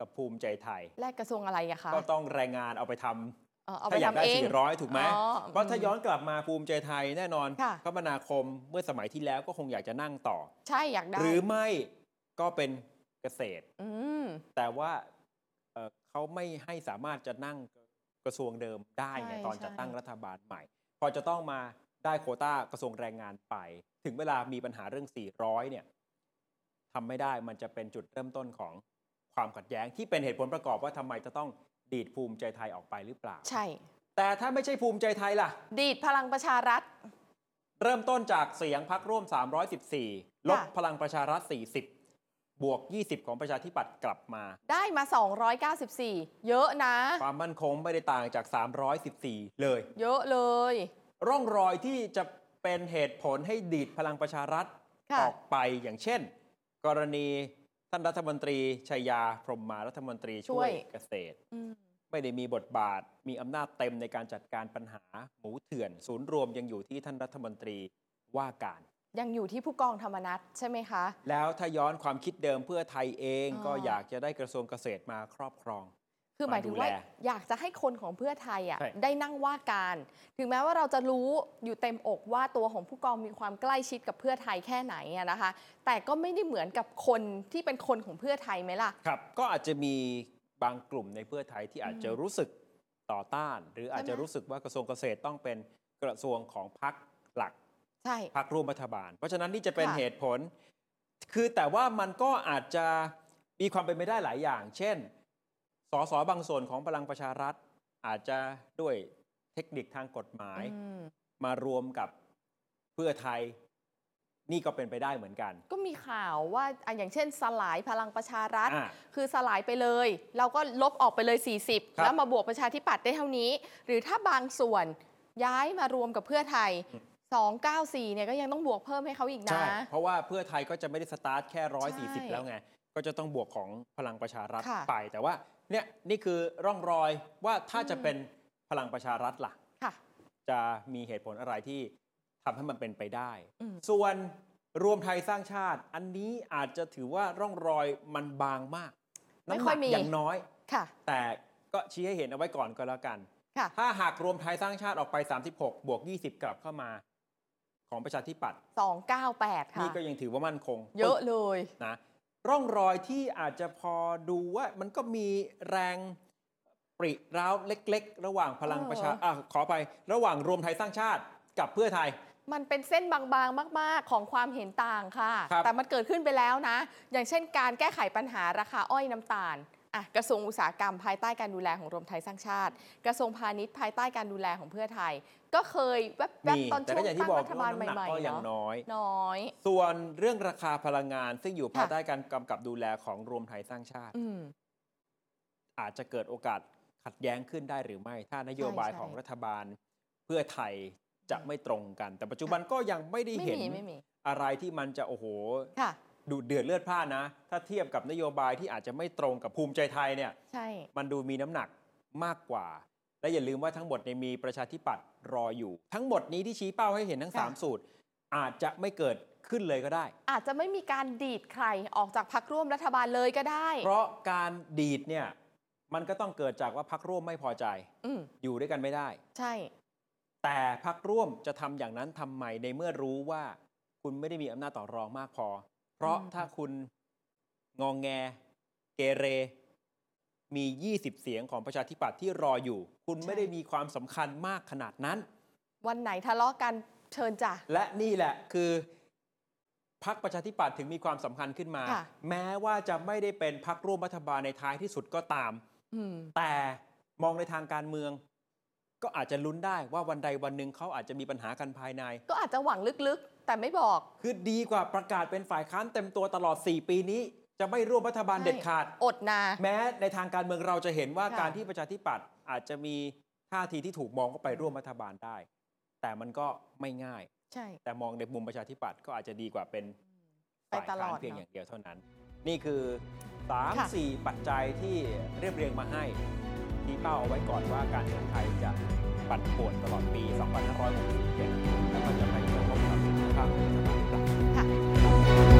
กับภูมิใจไทย
แลกกระทรวงอะไรอะคะ
ก็ต้องแรงงานเอาไปทำ
เออเอาไป
ถ้าอยากได้
ทำเอง
400 ถูกไหม
อ๋อ
เพราะถ้าย้อนกลับมาภูมิใจไทยแน่นอน
ค่ะ
คมนาคมเมื่อสมัยที่แล้วก็คงอยากจะนั่งต่อ
ใช่อยากได้
หรือไม่ก็เป็นเกษตร
อืม
แต่ว่าเอ่อเขาไม่ให้สามารถจะนั่งกระทรวงเดิมได้ไงตอนจะตั้งรัฐบาลใหม่ พอจะต้องมาได้โควต้ากระทรวงแรงงานไป ถึงเวลามีปัญหาเรื่อง 400 เนี่ยทำไม่ได้มันจะเป็นจุดเริ่มต้นของความขัดแย้ง ที่เป็นเหตุผลประกอบว่าทำไมจะต้องดีดภูมิใจไทยออกไปหรือเปล่า
ใช่
แต่ถ้าไม่ใช่ภูมิใจไทยล่ะ
ดีดพลังประชารัฐ
เริ่มต้นจากเสียงพักร่วม 314 ลบ
ค่ะ
พลังประชารัฐ 40 บวก 20 ของประชาธิปัตย์กลับมา
ได้มา 294 เยอะนะ
ความมั่นคงไม่ได้ต่างจาก 314 เลย
เยอะเลย
ร่องรอยที่จะเป็นเหตุผลให้ดีดพลังประชารัฐ
ค่ะ
ออกไปอย่างเช่น กรณีท่านรัฐมนตรีชัยยาพรหมารัฐมนตรีช่วยเกษตร
อืม
ไม่ได้มีบทบาท มีอำนาจเต็มในการจัดการปัญหาหมูเถื่อน ศูนย์รวมยังอยู่ที่ท่านรัฐมนตรีว่าการ
ยังอยู่ที่ผู้กองธรรมนัฐใช่ไหมคะ
แล้วถ้าย้อนความคิดเดิมเพื่อไทยเอง
อ๋อ
ก็อยากจะได้กระทรวงเกษตรมาครอบครอง
คือหมายถึงว่า
มาดูแล
อยากจะให้คนของเพื่อไทยอ่ะ
ใช่
ได้นั่งว่าการ ถึงแม้ว่าเราจะรู้อยู่เต็มอกว่าตัวของผู้กองมีความใกล้ชิดกับเพื่อไทยแค่ไหนอะนะคะ แต่ก็ไม่ได้เหมือนกับคนที่เป็นคนของเพื่อไทยไหมล่ะ
ครับ ก็อาจจะมีบางกลุ่มในเพื่อไทยที่อาจจะรู้สึกต่อต้าน หรืออาจจะรู้สึกว่ากระทรวงเกษตรต้องเป็นกระทรวงของพรรคหลัก
ใช่
พรรคร่วมรัฐบาล เพราะฉะนั้นนี่จะเป็น
ค่ะ
เหตุผล คือแต่ว่ามันก็อาจจะมีความเป็นไปได้หลายอย่าง เช่นสสบางส่วนของพลังประชารัฐ อาจจะด้วยเทคนิคทางกฎหมาย
อืม
มารวมกับเพื่อไทย นี่ก็เป็นไปได้เหมือนกัน
ก็มีข่าวว่าอ่ะอย่างเช่น สลายพลังประชารัฐ
อ่ะ
คือสลายไปเลย เราก็ลบออกไปเลย 40
ครับ
แล้วมาบวกประชาธิปัตย์ได้เท่านี้ หรือถ้าบางส่วนย้ายมารวมกับเพื่อไทย
อืม
294 เนี่ยก็ยังต้องบวกเพิ่มให้เขาอีกนะ
ใช่ เพราะว่าเพื่อไทยก็จะไม่ได้สตาร์ทแค่
ใช่
140 แล้วไง ก็จะต้องบวกของพลังประชารัฐ
ค่ะ
ไป แต่ว่าเนี่ยนี่คือร่องรอยว่าถ้าจะ
อืม
เป็นพลังประชารัฐล่ะ
ค่ะ
จะมีเหตุผลอะไรที่ทำให้มันเป็นไปได้
อืม
ส่วนรวมไทยสร้างชาติ อันนี้อาจจะถือว่าร่องรอยมันบางมาก
ไม่
น้ำห
ค่อ
นั
ย
ก
มี
อย่างน้อย
ค่ะ
แต่ก็ชี้ให้เห็นเอาไว้ก่อนก็แล้วกัน
ค่ะ
ถ้าหากรวมไทยสร้างชาติออกไป 36 บวก 20 กลับเข้ามาของประชาธิปัตย์
298 ค่ะ
นี่ก็ยังถือว่ามั่นคง
เยอะเลย
นะร่องรอยที่อาจจะพอดูว่ามันก็มีแรงปริร้าวเล็ก ๆ ระหว่างพลังประชา
เออ
อะขอไประหว่างรวมไทยสร้างชาติกับเพื่อไทย
มันเป็นเส้นบางๆ มากๆ ของความเห็นต่างค่ะ
ครับ
แต่มันเกิดขึ้นไปแล้วนะ อย่างเช่นการแก้ไขปัญหาราคาอ้อยน้ำตาลอ่ะกระทรวงอุตสาหกรรมภายใต้การดูแลของรวมไทยสร้างชาติ กระทรวงพาณิชย์ภายใต้การดูแลของเพื่อไทย ก็เคยแวบ
มี
ๆตอน
แต่
ช่ว
ก็
ง
อย่าง
ตั้
ที่
ง
บอก
รัฐ
ว่า
บาล
น้ำหนัก
ใหม่
ก็
ๆ
ยัง
เนาะ
น้อย
น้อย
ส่วนเรื่องราคาพลังงานซึ่งอยู่ภาย
ค่ะ
ใต้การกำกับดูแลของรวมไทยสร้างชาติ
อืม
อาจจะเกิดโอกาสขัดแย้งขึ้นได้หรือไม่ ถ้านโยบาย
ใช่ใช่
ของรัฐบาลเพื่อไทยจะไม่ตรงกัน แต่ปัจจุบันก็ยังไม่ได้
ไม่
เห็น
มีไม่มี
อะไรที่มันจะโอ้โห
ค่ะ
ดูเดือดเลือดพล่านนะ ถ้าเทียบกับนโยบายที่อาจจะไม่ตรงกับภูมิใจไทยเนี่ย
ใช่
มันดูมีน้ำหนักมากกว่า และอย่าลืมว่าทั้งหมดเนี่ยมีประชาธิปัตย์รออยู่ ทั้งหมดนี้ที่ชี้เป้าให้เห็นทั้ง
ค่ะ
สามสูตร อาจจะไม่เกิดขึ้นเลยก็ได้
อาจจะไม่มีการดีดใครออกจากพักร่วมรัฐบาลเลยก็ได้
เพราะการดีดเนี่ยมันก็ต้องเกิดจากว่าพักร่วมไม่พอใจ
อืม
อยู่ด้วยกันไม่ได้
ใช่
แต่พักร่วมจะทำอย่างนั้นทำไมในเมื่อรู้ว่าคุณไม่ได้มีอำนาจต่อรองมากพอ เพราะถ้าคุณงองแง เกเร มี 20 เสียงของประชาธิปัตย์ที่รออยู่ คุณไม่ได้มีความสำคัญมากขนาดนั้น
วันไหนทะเลาะกันเชิญจ้ะ
และนี่แหละคือพักประชาธิปัตย์ถึงมีความสำคัญขึ้นมา
ค่ะ
แม้ว่าจะไม่ได้เป็นพักร่วมรัฐบาลในท้ายที่สุดก็ตาม
อืม
แต่มองในทางการเมือง ก็อาจจะลุ้นได้ว่าวันใดวันหนึ่งเขาอาจจะมีปัญหากันภายใน
ก็อาจจะหวังลึกๆ แต่ไม่บอก
คือดีกว่าประกาศเป็นฝ่ายค้านเต็มตัวตลอด 4 ปีนี้ จะไม่ร่วมรัฐบาล
ใช่
เด็ดขาด
อดนา
แม้ในทางการเมืองเราจะเห็นว่า
ค่ะ
การที่ประชาธิปัตย์อาจจะมีท่าทีที่ถูกมองว่าไปร่วมรัฐบาลได้ แต่มันก็ไม่ง่าย
ใช่
แต่มองในมุมประชาธิปัตย์ก็อาจจะดีกว่าเป็น
ไป
ฝ่าย
ตล
ค้า
อน ด
เพียง
เนอะ
อย่างเดียวเท่านั้น นี่คือสาม
ค่ะ
สี่ปัจจัยที่เรียบเรียงมาให้ที่เป้าเอาไว้ก่อนว่าการเมืองไทยจะปั่นป่วนตลอดปี 2567แล้วก็จะไปกระทบกับสุขภาพของรัฐบาลหรือเปล่า
ค่ะ